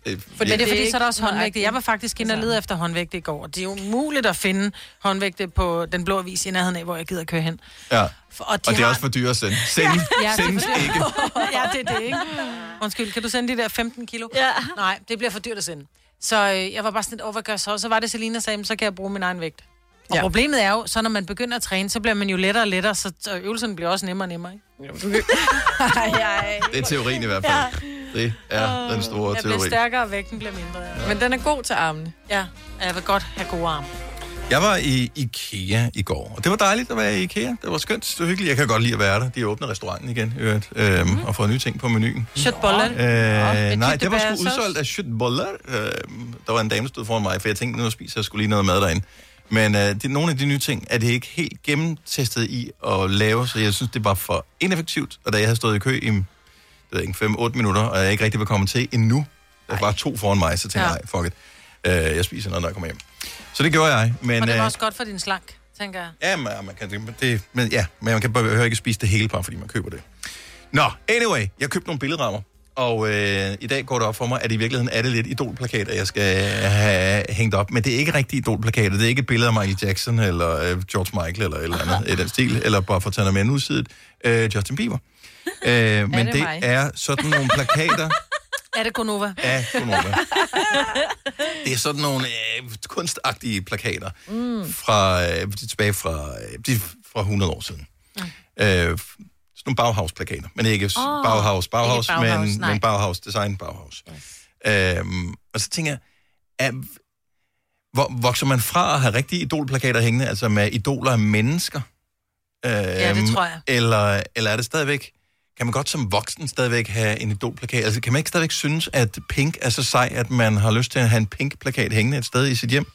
Speaker 1: Det er
Speaker 2: Fordi det er fordi,
Speaker 4: ikke Altså.
Speaker 2: så er der også
Speaker 4: nøjagtigt.
Speaker 2: håndvægte. Jeg var faktisk inde og lede efter håndvægte i går, og det er jo umuligt at finde håndvægte på den blå avis i nærheden af, hvor jeg gider køre hen.
Speaker 1: Ja.
Speaker 2: For-
Speaker 1: og, de og det er har... også for dyrt at sende. Send, ja,
Speaker 2: det er
Speaker 1: sendes
Speaker 2: for dyrt.
Speaker 1: ikke.
Speaker 2: ja, det er det, ikke? Undskyld, kan du sende de der 15 kilo? Ja. Nej, det bliver for dyrt at sende. Så øh, jeg var bare sådan lidt, åh, hvad gør jeg så? Og Så var det, Selina sagde, "Men så kan jeg bruge min egen vægt. Og ja.
Speaker 4: Ja.
Speaker 2: problemet er jo, så når man begynder at træne, så bliver man jo lettere og lettere, så så øvelsen bliver også nemmere og nemmere, ikke?
Speaker 1: Det er teorien i hvert fald. Det er den store
Speaker 2: jeg bliver
Speaker 1: teori.
Speaker 2: stærkere, og vægten bliver mindre.
Speaker 4: Men den er god til armene.
Speaker 2: Ja, og jeg vil godt have gode arme.
Speaker 1: Jeg var i IKEA i går, og det var dejligt at være i IKEA. Det var skønt, det var hyggeligt. Jeg kan godt lide at være der. De åbner restauranten igen, i øvrigt, øhm, mm. og får nye ting på menuen.
Speaker 2: Shotboller.
Speaker 1: Øh, nej, det var sgu udsolgt af Schøtboller. Øh, der var en dame, der stod foran mig, for jeg tænkte, nu spiser jeg skulle lige noget mad derinde. Men øh, det, nogle af de nye ting er det ikke helt gennemtestet i at lave, så jeg synes, det var for ineffektivt. Og da jeg havde stået i kø i det ved jeg ikke, 5-8 minutter, og jeg ikke rigtig var kommet til endnu, der var bare to foran mig, så tænkte jeg, nej, fuck it. Øh, jeg spiser noget, når jeg kommer hjem. Så det gjorde jeg. Men,
Speaker 2: Men det var
Speaker 1: øh,
Speaker 2: også godt for din slank, tænker jeg.
Speaker 1: Ja, man, man kan, det, men, ja, men man kan behøver ikke spise det hele, bare fordi man køber det. Nå, anyway, jeg købte nogle billedrammer, og øh, i dag går det op for mig, at i virkeligheden er det lidt idolplakater, jeg skal have hængt op. Men det er ikke rigtige idolplakater. Det er ikke et billede af Michael Jackson, eller øh, George Michael, eller et eller andet i den stil, eller bare for at tage udsidet, øh, Justin Bieber. Øh, men
Speaker 2: det
Speaker 1: det, det
Speaker 2: mig?
Speaker 1: er sådan nogle plakater,
Speaker 2: Er det Gunova?
Speaker 1: Ja, Gunova. det er sådan nogle øh, kunstagtige plakater
Speaker 2: Mm.
Speaker 1: fra, øh, de er tilbage fra, øh, de er fra 100 år siden.
Speaker 2: Mm.
Speaker 1: Mm. Øh, sådan nogle Bauhaus-plakater. Men ikke
Speaker 2: Åh,
Speaker 1: oh, Bauhaus, Bauhaus,
Speaker 2: ikke Bauhaus,
Speaker 1: men,
Speaker 2: nej.
Speaker 1: men Bauhaus, design Bauhaus. Yes. Øhm, og så tænker jeg, er, hvor, vokser man fra at have rigtige idolplakater hængende, altså med idoler af mennesker? Øhm, ja,
Speaker 2: det tror jeg.
Speaker 1: Eller, eller er det stadigvæk, kan man godt som voksen stadigvæk have en idolplakat? Altså kan man ikke stadigvæk synes, at pink er så sej, at man har lyst til at have en pink-plakat hængende et sted i sit hjem?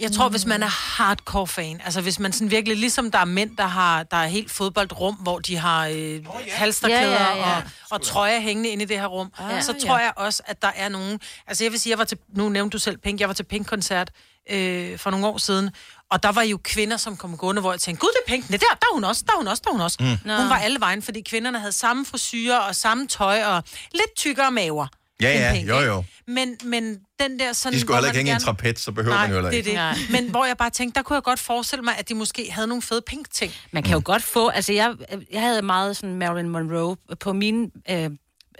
Speaker 2: Jeg tror, hvis
Speaker 3: Mm.
Speaker 2: man er hardcore fan, altså hvis man sådan virkelig, ligesom der er mænd, der har der er helt fodboldrum, hvor de har øh, oh, ja. halsterklæder
Speaker 3: Ja, ja, ja.
Speaker 2: og, og trøjer hængende inde i det her rum,
Speaker 3: Ah,
Speaker 2: oh, så
Speaker 3: ja.
Speaker 2: tror jeg også, at der er nogen... Altså jeg vil sige, jeg var til, nu nævnte du selv Pink, jeg var til Pink-koncert øh, for nogle år siden, og der var jo kvinder, som kom gående, hvor jeg tænkte, gud, det er Pink, nej, der, der er hun også, der er hun også, der er hun også.
Speaker 1: Mm.
Speaker 2: Mm.
Speaker 1: Nå.
Speaker 2: Hun var alle vejen, fordi kvinderne havde samme frisyrer og samme tøj og lidt tykkere maver.
Speaker 1: Ja,
Speaker 2: end
Speaker 1: ja,
Speaker 2: Pink,
Speaker 1: jo,
Speaker 2: ikke?
Speaker 1: jo.
Speaker 2: Men, men den der sådan...
Speaker 1: De
Speaker 2: hvor
Speaker 1: skulle heller
Speaker 2: man
Speaker 1: ikke hænge i en
Speaker 2: gerne-
Speaker 1: trapet, så behøver man jo heller
Speaker 2: det er
Speaker 1: ikke.
Speaker 2: det. Men hvor jeg bare tænkte, der kunne jeg godt forestille mig, at de måske havde nogle fede pink-ting.
Speaker 3: Man kan jo godt få, altså jeg, jeg havde meget sådan Marilyn Monroe på mine øh,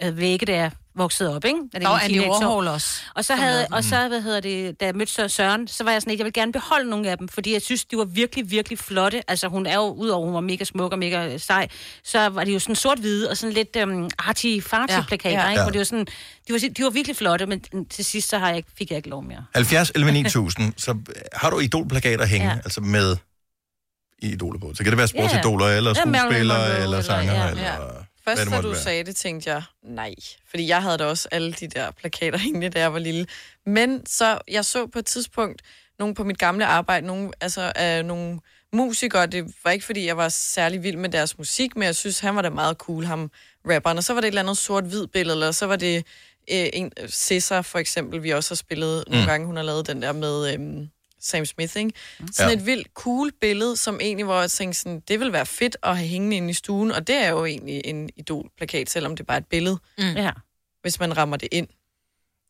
Speaker 3: øh, vægge, da jeg voksede op, ikke? Da det
Speaker 2: Der
Speaker 3: var
Speaker 2: var Andy
Speaker 3: teenageår.
Speaker 2: Warhol også,
Speaker 3: Og så,
Speaker 2: som
Speaker 3: havde,
Speaker 2: lavede den.
Speaker 3: og så, hvad hedder det, da jeg mødte Sir Søren, så var jeg sådan, at jeg ville gerne beholde nogle af dem, fordi jeg synes, de var virkelig, virkelig flotte. Altså hun er jo, udover hun var mega smuk og mega øh, sej, så var de jo sådan sort-hvide og sådan lidt øhm, arty-farty
Speaker 2: Ja,
Speaker 3: plakater,
Speaker 2: ja.
Speaker 3: ikke? Hvor
Speaker 1: Ja.
Speaker 3: det var sådan, de var, de var virkelig flotte, men mm, til sidst så har jeg ikke, fik jeg ikke lov mere.
Speaker 1: 70 11 9000, så har du idolplakater hænge,
Speaker 3: Ja.
Speaker 1: ja. altså med idoler på. Så kan det være
Speaker 4: Ja, ja.
Speaker 1: sportsidoler, eller
Speaker 4: Ja, Marilyn
Speaker 1: skuespillere,
Speaker 4: Monroe,
Speaker 1: eller
Speaker 4: eller-
Speaker 1: sanger,
Speaker 4: ja.
Speaker 1: eller...
Speaker 4: Ja.
Speaker 1: hvad
Speaker 4: Først
Speaker 1: det
Speaker 4: da
Speaker 1: måtte
Speaker 4: du
Speaker 1: være.
Speaker 4: sagde det, tænkte jeg, nej. Fordi jeg havde da også alle de der plakater hængende, da jeg var lille. Men så, jeg så på et tidspunkt nogle på mit gamle arbejde, nogle, altså, øh, nogle musikere. Det var ikke, fordi jeg var særlig vild med deres musik, men jeg synes, han var da meget cool, ham rapperen. Og så var det et eller andet sort-hvid billede, eller så var det øh, en, Cesar for eksempel, vi også har spillet mm. nogle
Speaker 8: Mm.
Speaker 4: gange. Hun har lavet den der med... Øh, Sam Smith, ikke? Sådan
Speaker 8: Ja.
Speaker 4: et vildt cool billede, som egentlig, hvor jeg tænkte sådan, det ville være fedt at have hængende inde i stuen, og det er jo egentlig en idolplakat, selvom det bare er et billede,
Speaker 3: mm. ja.
Speaker 4: hvis man rammer det ind.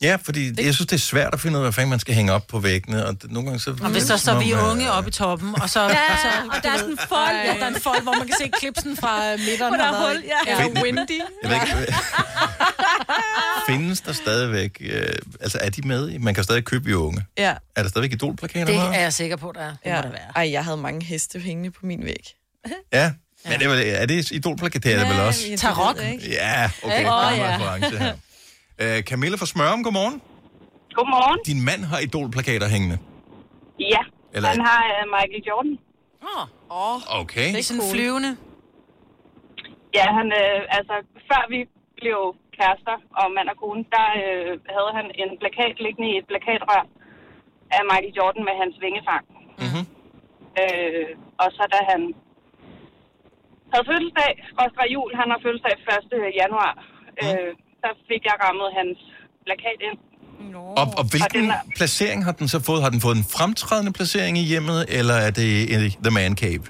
Speaker 1: Ja, fordi det, jeg synes, det er svært at finde ud af, hvad fanden man skal hænge op på væggene, og det, øh, nogle gange så...
Speaker 2: Og hvis der så er vi er unge oppe i toppen, og så...
Speaker 3: Ja,
Speaker 2: og, så,
Speaker 3: og der er sådan en fold.
Speaker 2: ja, der er en fold, hvor man kan se klipsen fra øh, midteren.
Speaker 3: Hvor der er
Speaker 2: og hvad,
Speaker 3: hul,
Speaker 2: ikke?
Speaker 3: ja.
Speaker 1: Fedt.
Speaker 4: windy.
Speaker 1: Jeg ved ikke, findes der stadigvæk... Øh, altså, er de med? i- Man kan stadig købe i unge.
Speaker 4: Ja.
Speaker 1: Er der stadigvæk idolplakater?
Speaker 4: Det
Speaker 1: her?
Speaker 4: er
Speaker 2: Jeg er sikker på, der er.
Speaker 4: ja. Ej, jeg havde mange heste hængende på min væg.
Speaker 1: Ja, men det er, vel- er det idolplakater er det vel også?
Speaker 4: Tarok.
Speaker 1: Ja, okay.
Speaker 4: Ikke?
Speaker 1: Der
Speaker 4: Åh, ja.
Speaker 1: er en reference her. Øh, Camilla fra Smørum, godmorgen.
Speaker 23: Godmorgen.
Speaker 1: Din mand har idolplakater hængende.
Speaker 23: Ja,
Speaker 1: Eller-
Speaker 23: han har uh, Michael Jordan.
Speaker 2: Åh,
Speaker 4: oh,
Speaker 1: Okay.
Speaker 2: det er sådan flyvende.
Speaker 23: Ja, han, øh, altså, før vi blev kærester og mand og kone, der øh, havde han en plakat liggende i et plakatrør af Michael Jordan med hans vingefang.
Speaker 1: Mm-hmm.
Speaker 23: Øh, og så da han havde fødselsdag, skråstrej jul, han har fødselsdag 1. januar,
Speaker 1: Mhm.
Speaker 23: øh, så fik jeg rammet hans plakat ind.
Speaker 1: Og, og hvilken
Speaker 23: den er-
Speaker 1: placering har den så fået? Har den fået en fremtrædende placering i hjemmet, eller er det i The Man Cave?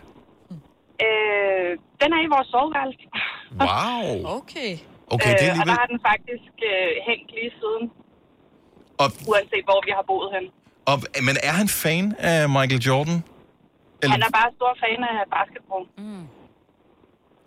Speaker 23: Øh, den er i vores soveværelse.
Speaker 1: Wow.
Speaker 4: Okay.
Speaker 1: Okay, det
Speaker 23: Øh, Og der
Speaker 1: er alligevel...
Speaker 23: har den faktisk øh, hængt lige siden,
Speaker 1: Og,
Speaker 23: uanset hvor vi har boet hen.
Speaker 1: og, men er han fan af Michael Jordan? Eller-
Speaker 23: Han er bare stor fan af basketball. Mm.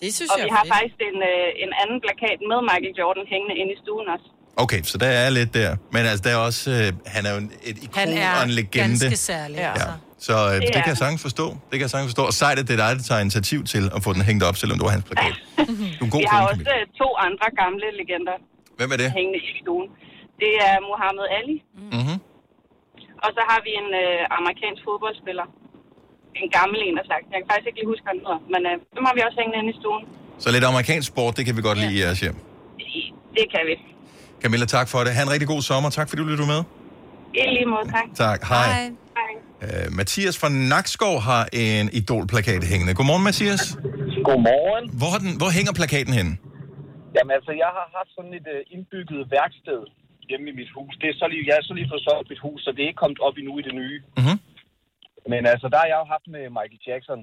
Speaker 4: Det synes
Speaker 23: og
Speaker 4: jeg
Speaker 23: vi
Speaker 4: er
Speaker 23: har
Speaker 4: fedt.
Speaker 23: faktisk en, øh, en anden plakat med Michael Jordan hængende inde i stuen også.
Speaker 1: Okay, så der er lidt der. Men altså, der er også... Øh, han er jo en- et ikon
Speaker 23: Han er
Speaker 1: og en legende.
Speaker 23: ganske særlig,
Speaker 1: Ja.
Speaker 23: altså.
Speaker 1: Så øh, det
Speaker 23: Det er
Speaker 1: kan jeg sagtens forstå. Det kan jeg sagtens forstå. Og sejt, at det er dig, der tager initiativ til at få den hængt op, selvom det var hans plakat. Du er en god
Speaker 23: vi har
Speaker 1: kone,
Speaker 23: også
Speaker 1: Camilla.
Speaker 23: øh, to andre gamle legender
Speaker 1: Hvem er det?
Speaker 23: hængende i stuen. Det er Muhammad Ali,
Speaker 1: Mm-hmm.
Speaker 23: Og så har vi en øh, amerikansk fodboldspiller. En gammel en af slagsen. Jeg kan faktisk ikke lige huske, hvad han hedder. Men øh, dem har vi også hængende inde i stuen.
Speaker 1: Så lidt amerikansk sport, det kan vi godt lide i jeres hjem.
Speaker 23: Det kan vi.
Speaker 1: Camilla, tak for det. Ha' en rigtig god sommer. Tak fordi du lyttede med.
Speaker 23: I lige måde, tak.
Speaker 1: Tak. Hej. Uh, Mathias fra Nakskov har en idolplakat hængende. Godmorgen, Mathias.
Speaker 8: Godmorgen.
Speaker 1: Hvor, har den, hvor hænger plakaten henne?
Speaker 8: Jamen altså, jeg har haft sådan et øh, indbygget værksted hjemme i mit hus. Det er så lige, jeg er så lige for solgt mit hus, så det er ikke kommet op endnu i det nye.
Speaker 1: Mhm.
Speaker 8: Men altså, der har jeg jo haft med Michael Jackson.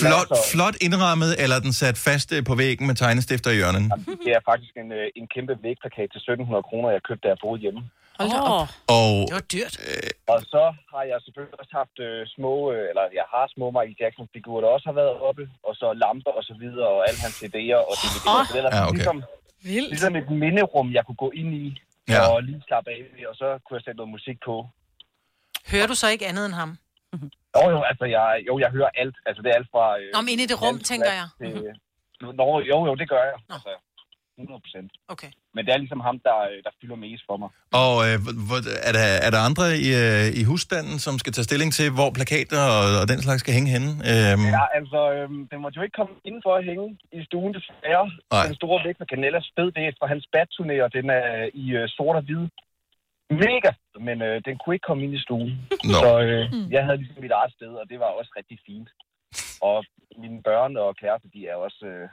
Speaker 1: Flot, flot indrammet, eller er den sat fast øh, på væggen med tegnestifter i hjørnen?
Speaker 8: Det er faktisk en, øh, en kæmpe vægplakat til 1700 kroner, jeg købte, da jeg boede hjemme. Øh,
Speaker 2: Hold da op.
Speaker 1: Og,
Speaker 2: Det var dyrt.
Speaker 8: og så har jeg selvfølgelig også haft øh, små, øh, eller jeg har små Michael Jackson-figurer, der også har været oppe, og så lamper og så videre, og alle hans CD'er og DVD'er. Oh. Det er
Speaker 1: Ja, okay.
Speaker 8: ligesom, ligesom et minderum, jeg kunne gå ind i,
Speaker 1: Ja.
Speaker 8: ja. og lige slappe af, i, og så kunne jeg sætte noget musik på.
Speaker 2: Hører du så ikke andet end ham?
Speaker 8: Jo, jo, altså, jeg, jo, jeg hører alt. Altså, det er alt fra... Øh,
Speaker 2: Nå, men inde i det rum,
Speaker 8: alt
Speaker 2: tænker
Speaker 8: fra-
Speaker 2: jeg. Mhm.
Speaker 8: Til, Nå, jo, jo, det gør jeg. Altså, 100 procent.
Speaker 2: Okay.
Speaker 8: Men det er ligesom ham, der, øh, der fylder mest for mig.
Speaker 1: Og øh, hvor- hvor- er, der, er der andre i, øh, i husstanden, som skal tage stilling til, hvor plakater og, og den slags skal hænge henne? Øhm,
Speaker 8: Ja, altså, øhm, den måtte jo ikke komme indenfor at hænge i stuen, desværre.
Speaker 1: Nej.
Speaker 8: Den store vægt med Canellas fed, det er fra hans badturné, og den er i øh, sort og hvid. Mega fed, men øh, den kunne ikke komme ind i stuen.
Speaker 1: Nå.
Speaker 8: Så øh, jeg havde ligesom mit eget sted, og det var også rigtig fint. Og mine børn og kæreste, de er også... Øh,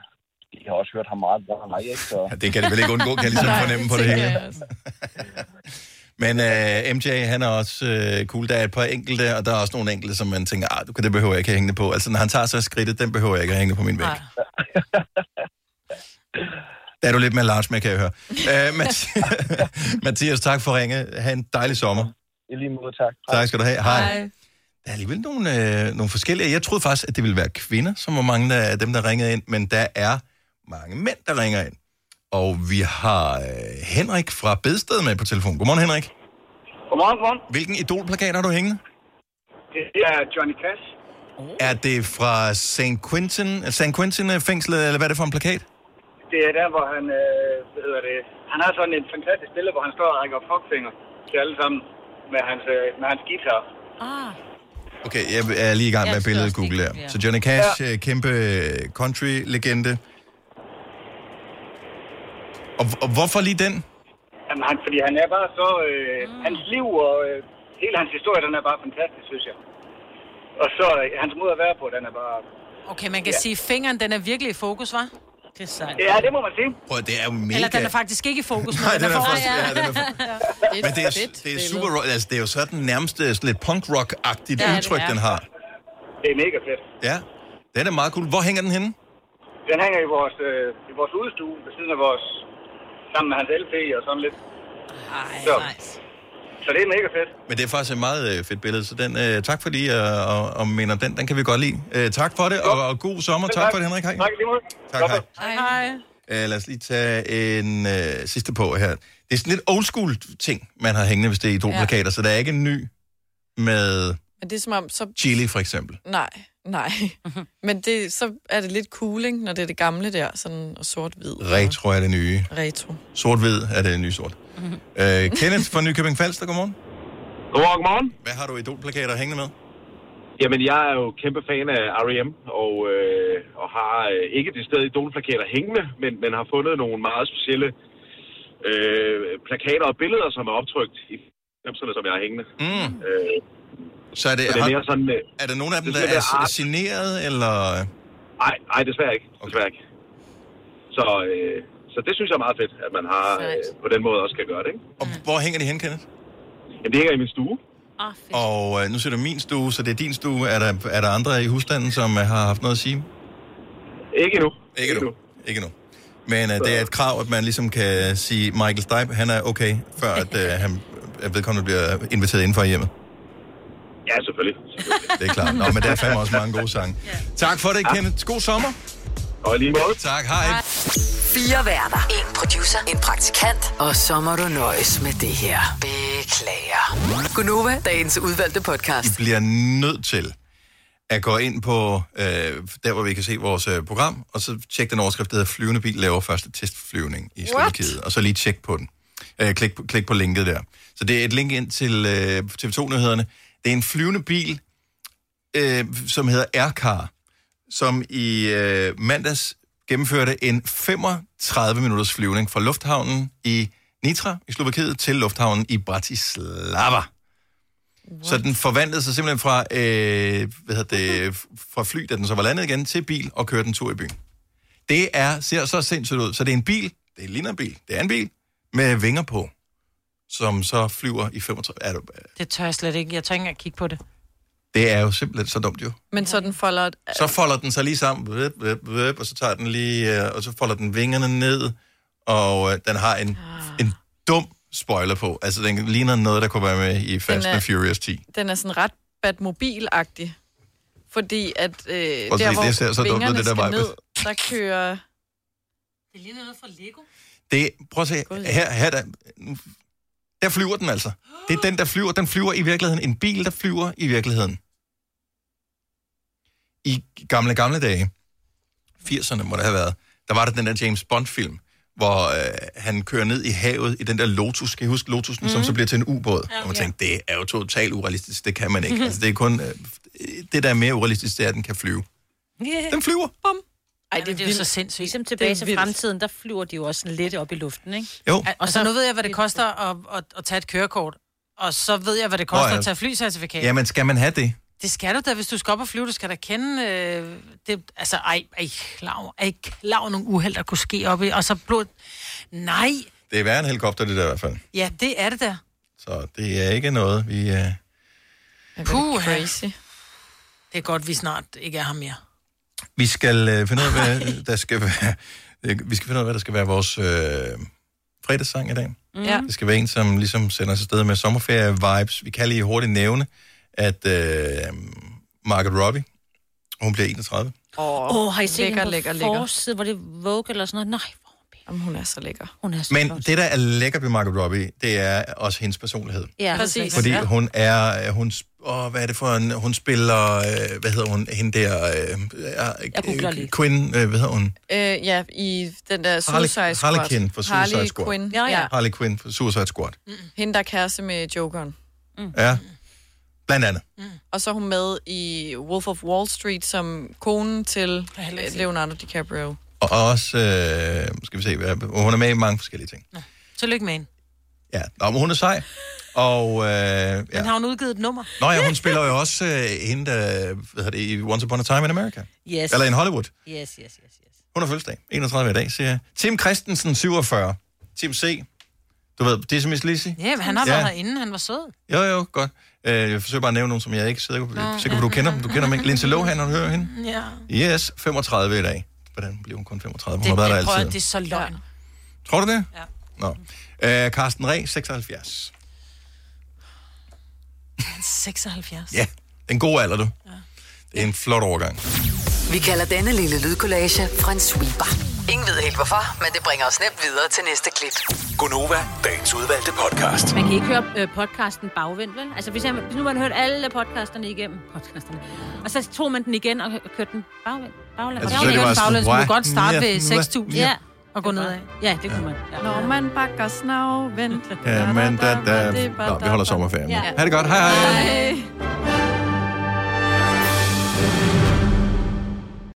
Speaker 8: de har også hørt ham meget bedre mig, ikke? Så...
Speaker 1: Det kan de vel ikke undgå, kan jeg ligesom
Speaker 8: Nej,
Speaker 1: fornemme på det
Speaker 8: tænker
Speaker 1: hele.
Speaker 8: jeg
Speaker 1: Men øh, MJ, han er også øh, cool. Der er et par enkelte, og der er også nogle enkelte, som man tænker, ah, du kan- det behøver jeg ikke at hænge det på. Altså, når han tager sig skridtet, den behøver jeg ikke at hænge det på min væg. Der er du lidt mere Lars med, kan jeg høre. Øh, Mathi- Mathias, tak for ringe. Ha' en dejlig sommer.
Speaker 8: I lige måde, tak.
Speaker 1: Tak skal du have. Hej. Der er alligevel nogle, øh, nogle forskellige. Jeg troede faktisk, at det ville være kvinder, som var mange der- af dem, der ringede ind, men der er mange mænd, der ringer ind. Og vi har øh, Henrik fra Bedsted med på telefon. Godmorgen, Henrik.
Speaker 9: Godmorgen, godmorgen.
Speaker 1: Hvilken idolplakat har du hængende?
Speaker 9: Det er Johnny Cash.
Speaker 1: Er det fra St. Quentin, St. Quentin øh, fængslet, eller hvad er det for en plakat?
Speaker 9: Det er der, hvor han, øh, hvad hedder det, han har sådan en fantastisk stille, hvor han står og rækker fuckfinger til alle sammen med hans, øh, med hans guitar.
Speaker 2: Ah.
Speaker 1: Okay, jeg er lige i gang med
Speaker 9: Jeg forstår
Speaker 1: at billedet
Speaker 9: også
Speaker 1: google her.
Speaker 9: ikke, ja.
Speaker 1: Så Johnny Cash, ja. kæmpe øh, country-legende. Og, og hvorfor lige den?
Speaker 9: Jamen, han, fordi han er bare så, øh, hans liv og øh, hele hans historie, den er bare fantastisk, synes jeg. Og så øh, hans måde at være på, den er bare...
Speaker 2: Okay, man kan
Speaker 9: Ja.
Speaker 2: ja. sige, at fingeren den er virkelig i fokus, var? Det er sejt.
Speaker 9: Ja, det må man sige.
Speaker 1: Prøv, at- det er jo mega...
Speaker 2: Eller den er faktisk ikke i fokus, men
Speaker 1: Nej,
Speaker 2: den,
Speaker 1: den er
Speaker 2: er fokus.
Speaker 1: faktisk- ja, den er
Speaker 2: ja.
Speaker 1: Men det er, det er super... ro- Altså, det er jo sådan nærmest øh, sådan lidt punk-rock-agtigt
Speaker 9: Ja,
Speaker 1: ja,
Speaker 9: det
Speaker 1: udtryk,
Speaker 9: er.
Speaker 1: den har.
Speaker 9: Det er mega fedt.
Speaker 1: Ja, den er meget cool. Hvor hænger den henne?
Speaker 9: Den hænger i vores, øh, i vores udstue ved siden af vores, sammen med hans LP og sådan lidt. Ej, så, nice. så det er mega fedt.
Speaker 1: Men det er faktisk et meget øh, fedt billede, så den, øh, tak fordi, øh, og, og mener, den, den kan vi godt lide. Øh, tak for det, og, og god sommer. Tak for det, Henrik. Hej.
Speaker 9: Tak lige måde.
Speaker 1: Tak, hej.
Speaker 2: Hej. Hej.
Speaker 1: Øh, lad os lige tage en øh, sidste på her. Det er sådan lidt old school ting, man har hængende, hvis det er idolplakater, ja. så der er ikke en ny med
Speaker 4: Men det er som om, så...
Speaker 1: Chili for eksempel.
Speaker 4: Nej, nej. Men det, så er det lidt cool, ikke, når det er det gamle der, sådan og sort-hvid.
Speaker 1: Retro er det nye.
Speaker 4: Retro.
Speaker 1: Sort-hvid er det nye sort. øh, Kenneth fra Nykøbing Falster, godmorgen.
Speaker 10: Godmorgen, godmorgen.
Speaker 1: Hvad har du idolplakater hængende med?
Speaker 10: Jamen, jeg er jo kæmpe fan af R.E.M., og, øh, og har øh, ikke det sted idolplakater hængende, men, men har fundet nogle meget specielle øh, plakater og billeder, som er optrykt i 90'erne, som jeg har hængende.
Speaker 1: Mm.
Speaker 10: Øh,
Speaker 1: Så er det,
Speaker 10: så det er mere sådan... Øh,
Speaker 1: er der nogen af dem,
Speaker 10: det
Speaker 1: der
Speaker 10: skal
Speaker 1: er
Speaker 10: være
Speaker 1: s-
Speaker 10: art.
Speaker 1: signeret, eller...
Speaker 10: Nej, nej, desværre ikke. Desværre ikke. Så, øh, så det synes jeg er meget fedt, at man har øh, på den måde også kan gøre det, ikke?
Speaker 1: Og hvor hænger de hen, Kenneth?
Speaker 10: Jamen, det hænger i min stue.
Speaker 3: Ah,
Speaker 1: Og øh, nu ser du min stue, så det er din stue. Er der, er der andre i husstanden, som øh, har haft noget at sige?
Speaker 10: Ikke nu.
Speaker 1: Ikke nu. Ikke nu. Men øh, det er et krav, at man ligesom kan sige, Michael Stipe, han er okay, før at, øh, han, at vedkommende bliver inviteret indenfor i hjemmet.
Speaker 10: Ja, selvfølgelig.
Speaker 1: Det er klart. Nå, men der er fandme også mange gode sange. Tak for det, Kenneth. God sommer.
Speaker 10: Og lige måde.
Speaker 1: Tak, hej.
Speaker 5: Fire værter. En producer. En praktikant. Og så må du nøjes med det her. Beklager. Gunova, dagens udvalgte podcast.
Speaker 1: I bliver nødt til at gå ind på, øh, der hvor vi kan se vores øh, program, og så tjekke den overskrift, der hedder Flyvende bil laver første testflyvning i
Speaker 11: What?
Speaker 1: Slovakiet, og så lige tjekke på den. Øh, klik, på- klik på linket der. Så det er et link ind til øh, TV2-nyhederne. Det er en flyvende bil, øh, som hedder Aircar, som i øh, mandags gennemførte en 35-minutters flyvning fra lufthavnen i Nitra i Slovakiet til lufthavnen i Bratislava. What? Så den forvandlede sig simpelthen fra, øh, hvad hedder det, f- fra fly, da den så var landet igen, til bil og kørte en tur i byen. Det er, ser så sindssygt ud. Så det er en bil, det ligner en bil, det er en bil, med vinger på, som så flyver i 35... Er du- øh,
Speaker 2: Det tør jeg slet ikke. Jeg tør ikke engang kigge på det.
Speaker 1: Det er jo simpelthen så dumt jo.
Speaker 4: Men så den folder...
Speaker 1: Så folder den sig lige sammen, vip, vip, vip, og så tager den lige, øh, og så folder den vingerne ned, og øh, den har en,
Speaker 4: Ah.
Speaker 1: en dum spoiler på. Altså, den ligner noget, der kunne være med i Fast
Speaker 4: Den er-
Speaker 1: and Furious 10.
Speaker 4: Den er sådan ret Batmobil-agtig. Fordi at øh,
Speaker 1: at se,
Speaker 4: der, hvor
Speaker 1: det ser så dumt ud,
Speaker 4: vingerne
Speaker 1: det der
Speaker 4: skal
Speaker 1: vibe.
Speaker 4: ned, der kører...
Speaker 2: Det ligner noget fra Lego.
Speaker 1: Det, prøv at se, her, her der, der flyver den altså. Det er den, der flyver. Den flyver i virkeligheden. En bil, der flyver i virkeligheden. I gamle, gamle dage, 80'erne må det have været, der var der den der James Bond-film, hvor øh, han kører ned i havet i den der Lotus. Kan I huske Lotusen, mm. som så bliver til en ubåd?
Speaker 11: Mhm. Ja,
Speaker 1: og man
Speaker 11: ja.
Speaker 1: tænkte, det er jo totalt urealistisk. Det kan man ikke. altså, det er kun... Øh, det, der er mere urealistisk, det er, at den kan flyve.
Speaker 3: Yeah.
Speaker 1: Den flyver. Bum.
Speaker 3: Ej, det,
Speaker 2: det er jo så sindssygt.
Speaker 3: Ligesom
Speaker 2: Det
Speaker 3: tilbage
Speaker 2: er
Speaker 3: til
Speaker 2: vildt.
Speaker 3: fremtiden, der flyver de jo også lidt op i luften, ikke?
Speaker 1: Jo.
Speaker 2: Og så nu ved jeg, hvad det koster at, at, at tage et kørekort. Og så ved jeg, hvad det
Speaker 1: Nå,
Speaker 2: koster
Speaker 1: ja.
Speaker 2: at tage flycertifikat.
Speaker 1: Jamen, skal man have det?
Speaker 2: Det skal du da, hvis du skal op og flyve, du skal da kende... Øh, det, altså, ej, er I klar over, er I klar over nogle uheld, der kunne ske op i... Og så blod... Nej,
Speaker 1: Det er værre en helikopter, det der i hvert fald.
Speaker 2: ja, det er det der.
Speaker 1: Så det er ikke noget, vi... Øh,
Speaker 2: Puh, crazy. Det er godt, vi snart ikke er her mere.
Speaker 1: Vi skal øh, finde ud af, hvad der skal være... øh, Vi skal finde ud af, hvad der skal være vores øh, fredagssang i dag.
Speaker 2: Mm. Ja.
Speaker 1: Det skal være en, som ligesom sender os afsted med sommerferie-vibes. Vi kan lige hurtigt nævne, at øh, Margaret Robbie, hun bliver 31.
Speaker 4: Åh,
Speaker 3: oh, har I set
Speaker 4: lækker,
Speaker 3: lækker, hende på
Speaker 4: lækker,
Speaker 3: lækker,
Speaker 4: lækker.
Speaker 3: forside, hvor det er Vogue eller sådan noget? Nej, hvor er hun pæn.
Speaker 4: Jamen, hun er så lækker.
Speaker 3: Hun er så
Speaker 1: Men
Speaker 3: flot.
Speaker 1: det, der er lækkert ved Margaret Robbie, det er også hendes personlighed.
Speaker 3: Ja, Præcis.
Speaker 1: Fordi
Speaker 3: Ja.
Speaker 1: hun er... øh, Hun, sp- åh, hvad er det for en... Hun spiller... Øh, hvad hedder hun? Hende der... Øh,
Speaker 4: Jeg googler lige.
Speaker 1: Quinn, øh, hvad hedder hun?
Speaker 4: Øh, ja, i den der
Speaker 1: Harley,
Speaker 4: Suicide Squad.
Speaker 1: Harlequin fra Suicide
Speaker 4: Harley
Speaker 1: Squad.
Speaker 4: Quinn. Ja, ja.
Speaker 1: Harley Quinn fra Suicide Squad.
Speaker 4: Hende, der er kæreste med Jokeren.
Speaker 1: Ja. Blandt andet.
Speaker 4: Og så er hun med i Wolf of Wall Street som konen til øh, Leonardo DiCaprio.
Speaker 1: Og også, øh, skal vi se, hvad- hun er med i mange forskellige ting.
Speaker 2: Tillykke med hende.
Speaker 1: Ja, Nå, men hun er sej. Og, øh, ja.
Speaker 2: Men har hun udgivet et nummer?
Speaker 1: Nå ja, hun spiller jo også øh, hende, der, hvad hedder det, i Once Upon a Time in America.
Speaker 3: Yes.
Speaker 1: Eller in Hollywood.
Speaker 3: Yes, yes, yes.
Speaker 1: Hun har fødselsdag. 31 i dag, siger jeg. Tim Christensen, 47. Tim C. Du ved, det er Lizzy.
Speaker 2: Ja, men han har været herinde, han var sød.
Speaker 1: Jo, jo, godt. Øh, jeg forsøger bare at nævne nogen, som jeg ikke er sikker på,
Speaker 2: Nå,
Speaker 1: sikker på du kender dem. Du kender dem ikke. Lindsay Lohan, når du hører hende.
Speaker 2: Ja.
Speaker 1: Yes, 35 i dag. Hvordan bliver hun kun 35? Hun
Speaker 2: Det,
Speaker 1: har været der
Speaker 2: det, prøver,
Speaker 1: altid.
Speaker 2: det er så løgn. Ja.
Speaker 1: Tror du det? Ja. Nå. Øh, Carsten Reh, 76.
Speaker 2: 76.
Speaker 1: Ja, den gode alder, du. Ja. Det er en flot overgang.
Speaker 5: Vi kalder denne lille lydkollage en sweeper. Ingen ved helt hvorfor, men det bringer os nemt videre til næste klip.
Speaker 17: Gunova, dagens udvalgte podcast.
Speaker 3: Man kan ikke høre øh, podcasten bagvendt, vel? Altså, hvis, jeg, hvis nu man hørte alle podcasterne igennem, podcasterne, og så tog man den igen og kø- kørte den bagvendt, baglæns.
Speaker 2: Altså, så er det bare sådan,
Speaker 3: baglæns, men du
Speaker 2: wah,
Speaker 3: kunne godt starte ved
Speaker 2: wah,
Speaker 3: 6.000.
Speaker 2: wah.
Speaker 3: Ja. Og gå nedad. Ja, det kunne man. Ja.
Speaker 4: Når man bakker snavvendt.
Speaker 1: Ja, men da, da. Nå, vi holder sommerferien. Ha' det godt. Hej, hej.
Speaker 4: hej.